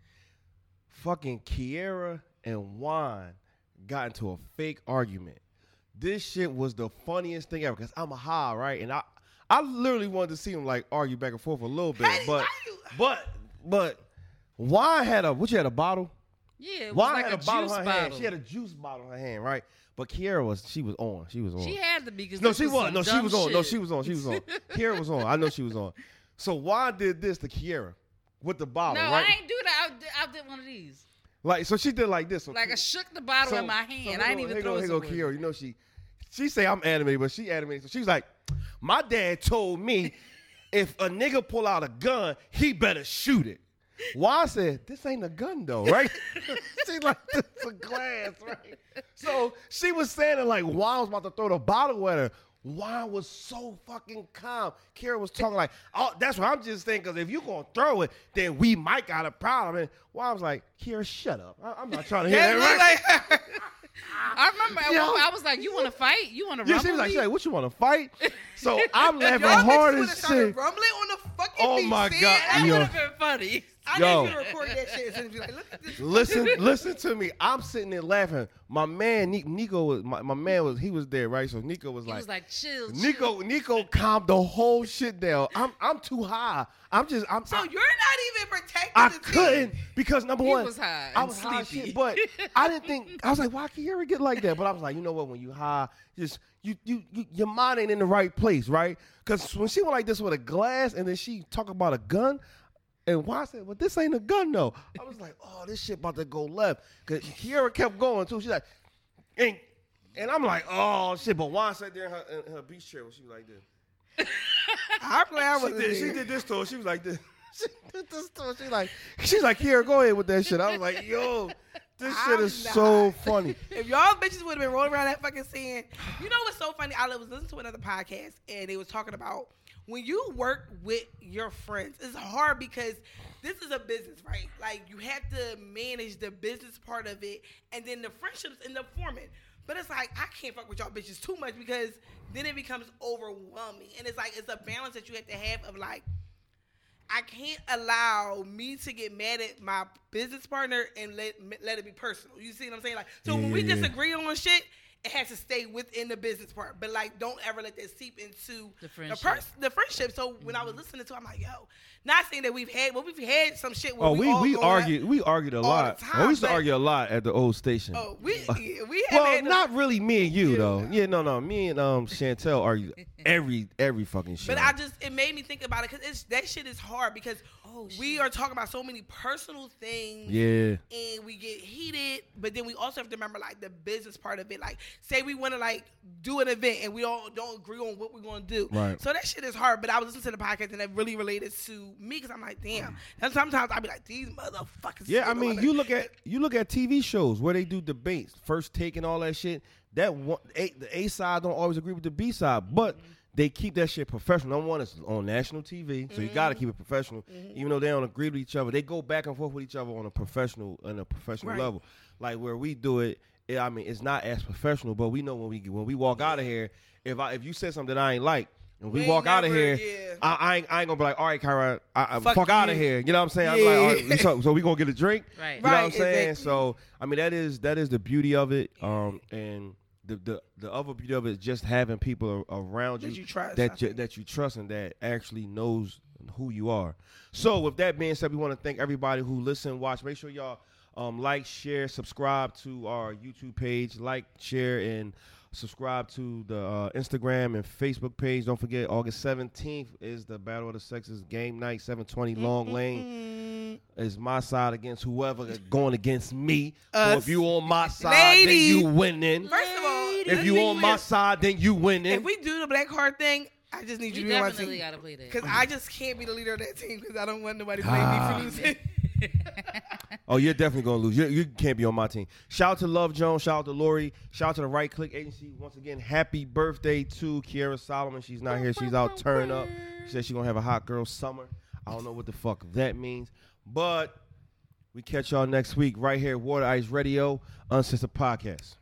Fucking Kiera and Juan got into a fake argument. This shit was the funniest thing ever because I'm high, right? And I I literally wanted to see them like argue back and forth a little bit,
Hey,
but
why you-
but but Juan had a what you had a bottle.
yeah, it was
Juan
like
had
a,
a, bottle
juice
in her hand.
bottle.
She had a juice bottle in her hand, right? But Kiera was she was on. She was on.
She had to be because
No,
this
she
was.
was.
some
No, she
dumb
was on. No,
shit.
she was on. She was
(laughs)
on. Kiera was on. I know she was on. So why did this to Kiera with the
No,
bottle,
I
right?
ain't do that. I did, I did one of these.
Like so, she did like this. So
Like I shook the bottle
so-
in my
so here
hand. I didn't
go-
even
here
throw
go,
it.
here go
somewhere.
Kiera. You know she, she say I'm animated, but she animated. So she was like, my dad told
(laughs)
me if a nigga pull out a gun, he better shoot it. Why said this ain't a gun though, right? (laughs) she like this a glass, right? So she was saying it like Juan was about to throw the bottle at her. Juan was so fucking calm. Kara was talking like, "Oh, that's what I'm just saying. Because if you gonna throw it, then we might got a problem." And Juan was like, "Kara, shut up. I- am not trying to hear
That
that." Right?
look like
I remember at
Yo.
one point I was like, "You want to fight? You want to
Yeah,
rumble?"
she was like, she's
me?"
like, what you want to fight?
(laughs)
So I'm laughing
y'all
hard
bitches would
as
have started
shit.
rumbling on the fucking
Oh
beach,
my
man.
God,
I,
yo.
That would have been funny. (laughs)
I
Yo.
need you to record that shit and be like, look
(laughs)
at this.
Listen, listen to me. I'm sitting there laughing. My man Ni- Nico was my, my man was he was there right. So Nico was
He
like,
was like, "Chill, chill."
Nico Nico calmed the whole shit down. I'm I'm too high. I'm just I'm
So
I-
you're not even protecting
I
the team.
couldn't because number
He
one,
was high
I
and
was high as
sleepy.
shit,
(laughs)
but I didn't think I was like, why can you get like that? But I was like, you know what? When you high, just you you, you your mind ain't in the right place, right? Because when she went like this with a glass, and then she talk about a gun. And why said, well, this ain't a gun though. I was like, oh, this shit about to go left. Cause Kiera kept going too. She's like, and and I'm like, oh shit. But Juan sat there in her, in her beach chair when she was like this.
I'm glad I
She
was
did, she did this to her. She was like this. (laughs) She did this to her. She like she's like here, go ahead with that shit. I was like, yo, this shit
I'm
is so
not.
funny.
(laughs) If y'all bitches would have been rolling around that fucking scene, you know what's so funny? I was listening to another podcast and they was talking about when you work with your friends, it's hard because this is a business, right? Like you have to manage the business part of it and then the friendships end up forming. But it's like I can't fuck with y'all bitches too much because then it becomes overwhelming. And it's like it's a balance that you have to have of like I can't allow me to get mad at my business partner and let let it be personal. You see what I'm saying? Like, so
Yeah,
when we
yeah, yeah.
disagree on shit, it has to stay within the business part. But like, don't ever let that seep into
The
the
friendship.
pers- the friendship. So when
Mm-hmm.
I was listening to, it, I'm like, yo, not saying that we've had, well, we've had some shit. Where
Oh, we
all
we
going at-
argued we argued a
the
lot.
time,
oh, we used to
but-
argue a lot at the old station.
Oh,
(laughs)
we yeah, we have
well,
had a-
not really me and you though. Yeah, no, no, me and um Chantel
(laughs)
argued every every fucking shit.
But I just it made me think about it because it's that shit is hard because
Oh,
we
shit.
are talking about so many personal things.
yeah.
and we get heated. But then we also have to remember like the business part of it. Like, say we want to like do an event and we all don't agree on what we're gonna do.
Right.
So that shit is hard. But I was listening to the podcast and that really related to me because I'm like, damn. And sometimes I'll be like, these motherfuckers.
Yeah, I
don't
mean,
wanna-
you look at you look at TV shows where they do debates, first take and all that shit. That one, a, the A side don't always agree with the B side, but
Mm-hmm.
they keep that shit professional. Number one, it's on national TV, so you got
Mm-hmm.
to keep it professional, even though they don't agree with each other. They go back and forth with each other on a professional on a professional
Right.
level, like where we do it. it- I mean, it's not as professional, but we know when we when we walk out of here, if I if you said something that I ain't like. And we,
We
walk out of here.
never- yeah.
I, I, ain't, I ain't gonna be like, all right, Kyra, I, I, fuck,
Fuck
out of
you.
here. You know what I'm saying? I'm like,
Yeah.
all right, we so, so we gonna get a drink.
Right.
You know what I'm
(laughs) Right,
saying?
exactly.
So I mean that is that is the beauty of it. Um and the the, the other beauty of it is just having people a- around you
That you trust, I
that you,
think.
that you trust and that actually knows who you are. So with that being said, we want to thank everybody who listen, watch. Make sure y'all um like, share, subscribe to our YouTube page, like, share, and subscribe to the uh, Instagram and Facebook page. Don't forget August 17th is the Battle of the Sexes game night, 720 Long
Mm-hmm.
Lane is my side against whoever is going against me. So
Us.
if you on my side,
Lady.
then you winning.
First of all,
If you on my side, then you winning.
if we do the black card thing, I just need
We
you to be on my
definitely
team
gotta play that.
because I just can't be the leader of that team because I don't want nobody
Ah,
playing me for losing.
oh, you're definitely gonna lose. You, you can't be on my team. Shout out to Love Jones. Shout out to Lori. Shout out to the Right Click Agency. Once again, happy birthday to Kiara Solomon. She's not here. She's out turn up. She said she's gonna have a hot girl summer. I don't know what the fuck that means, but we catch y'all next week right here, Water Ice Radio, Uncensored Podcast.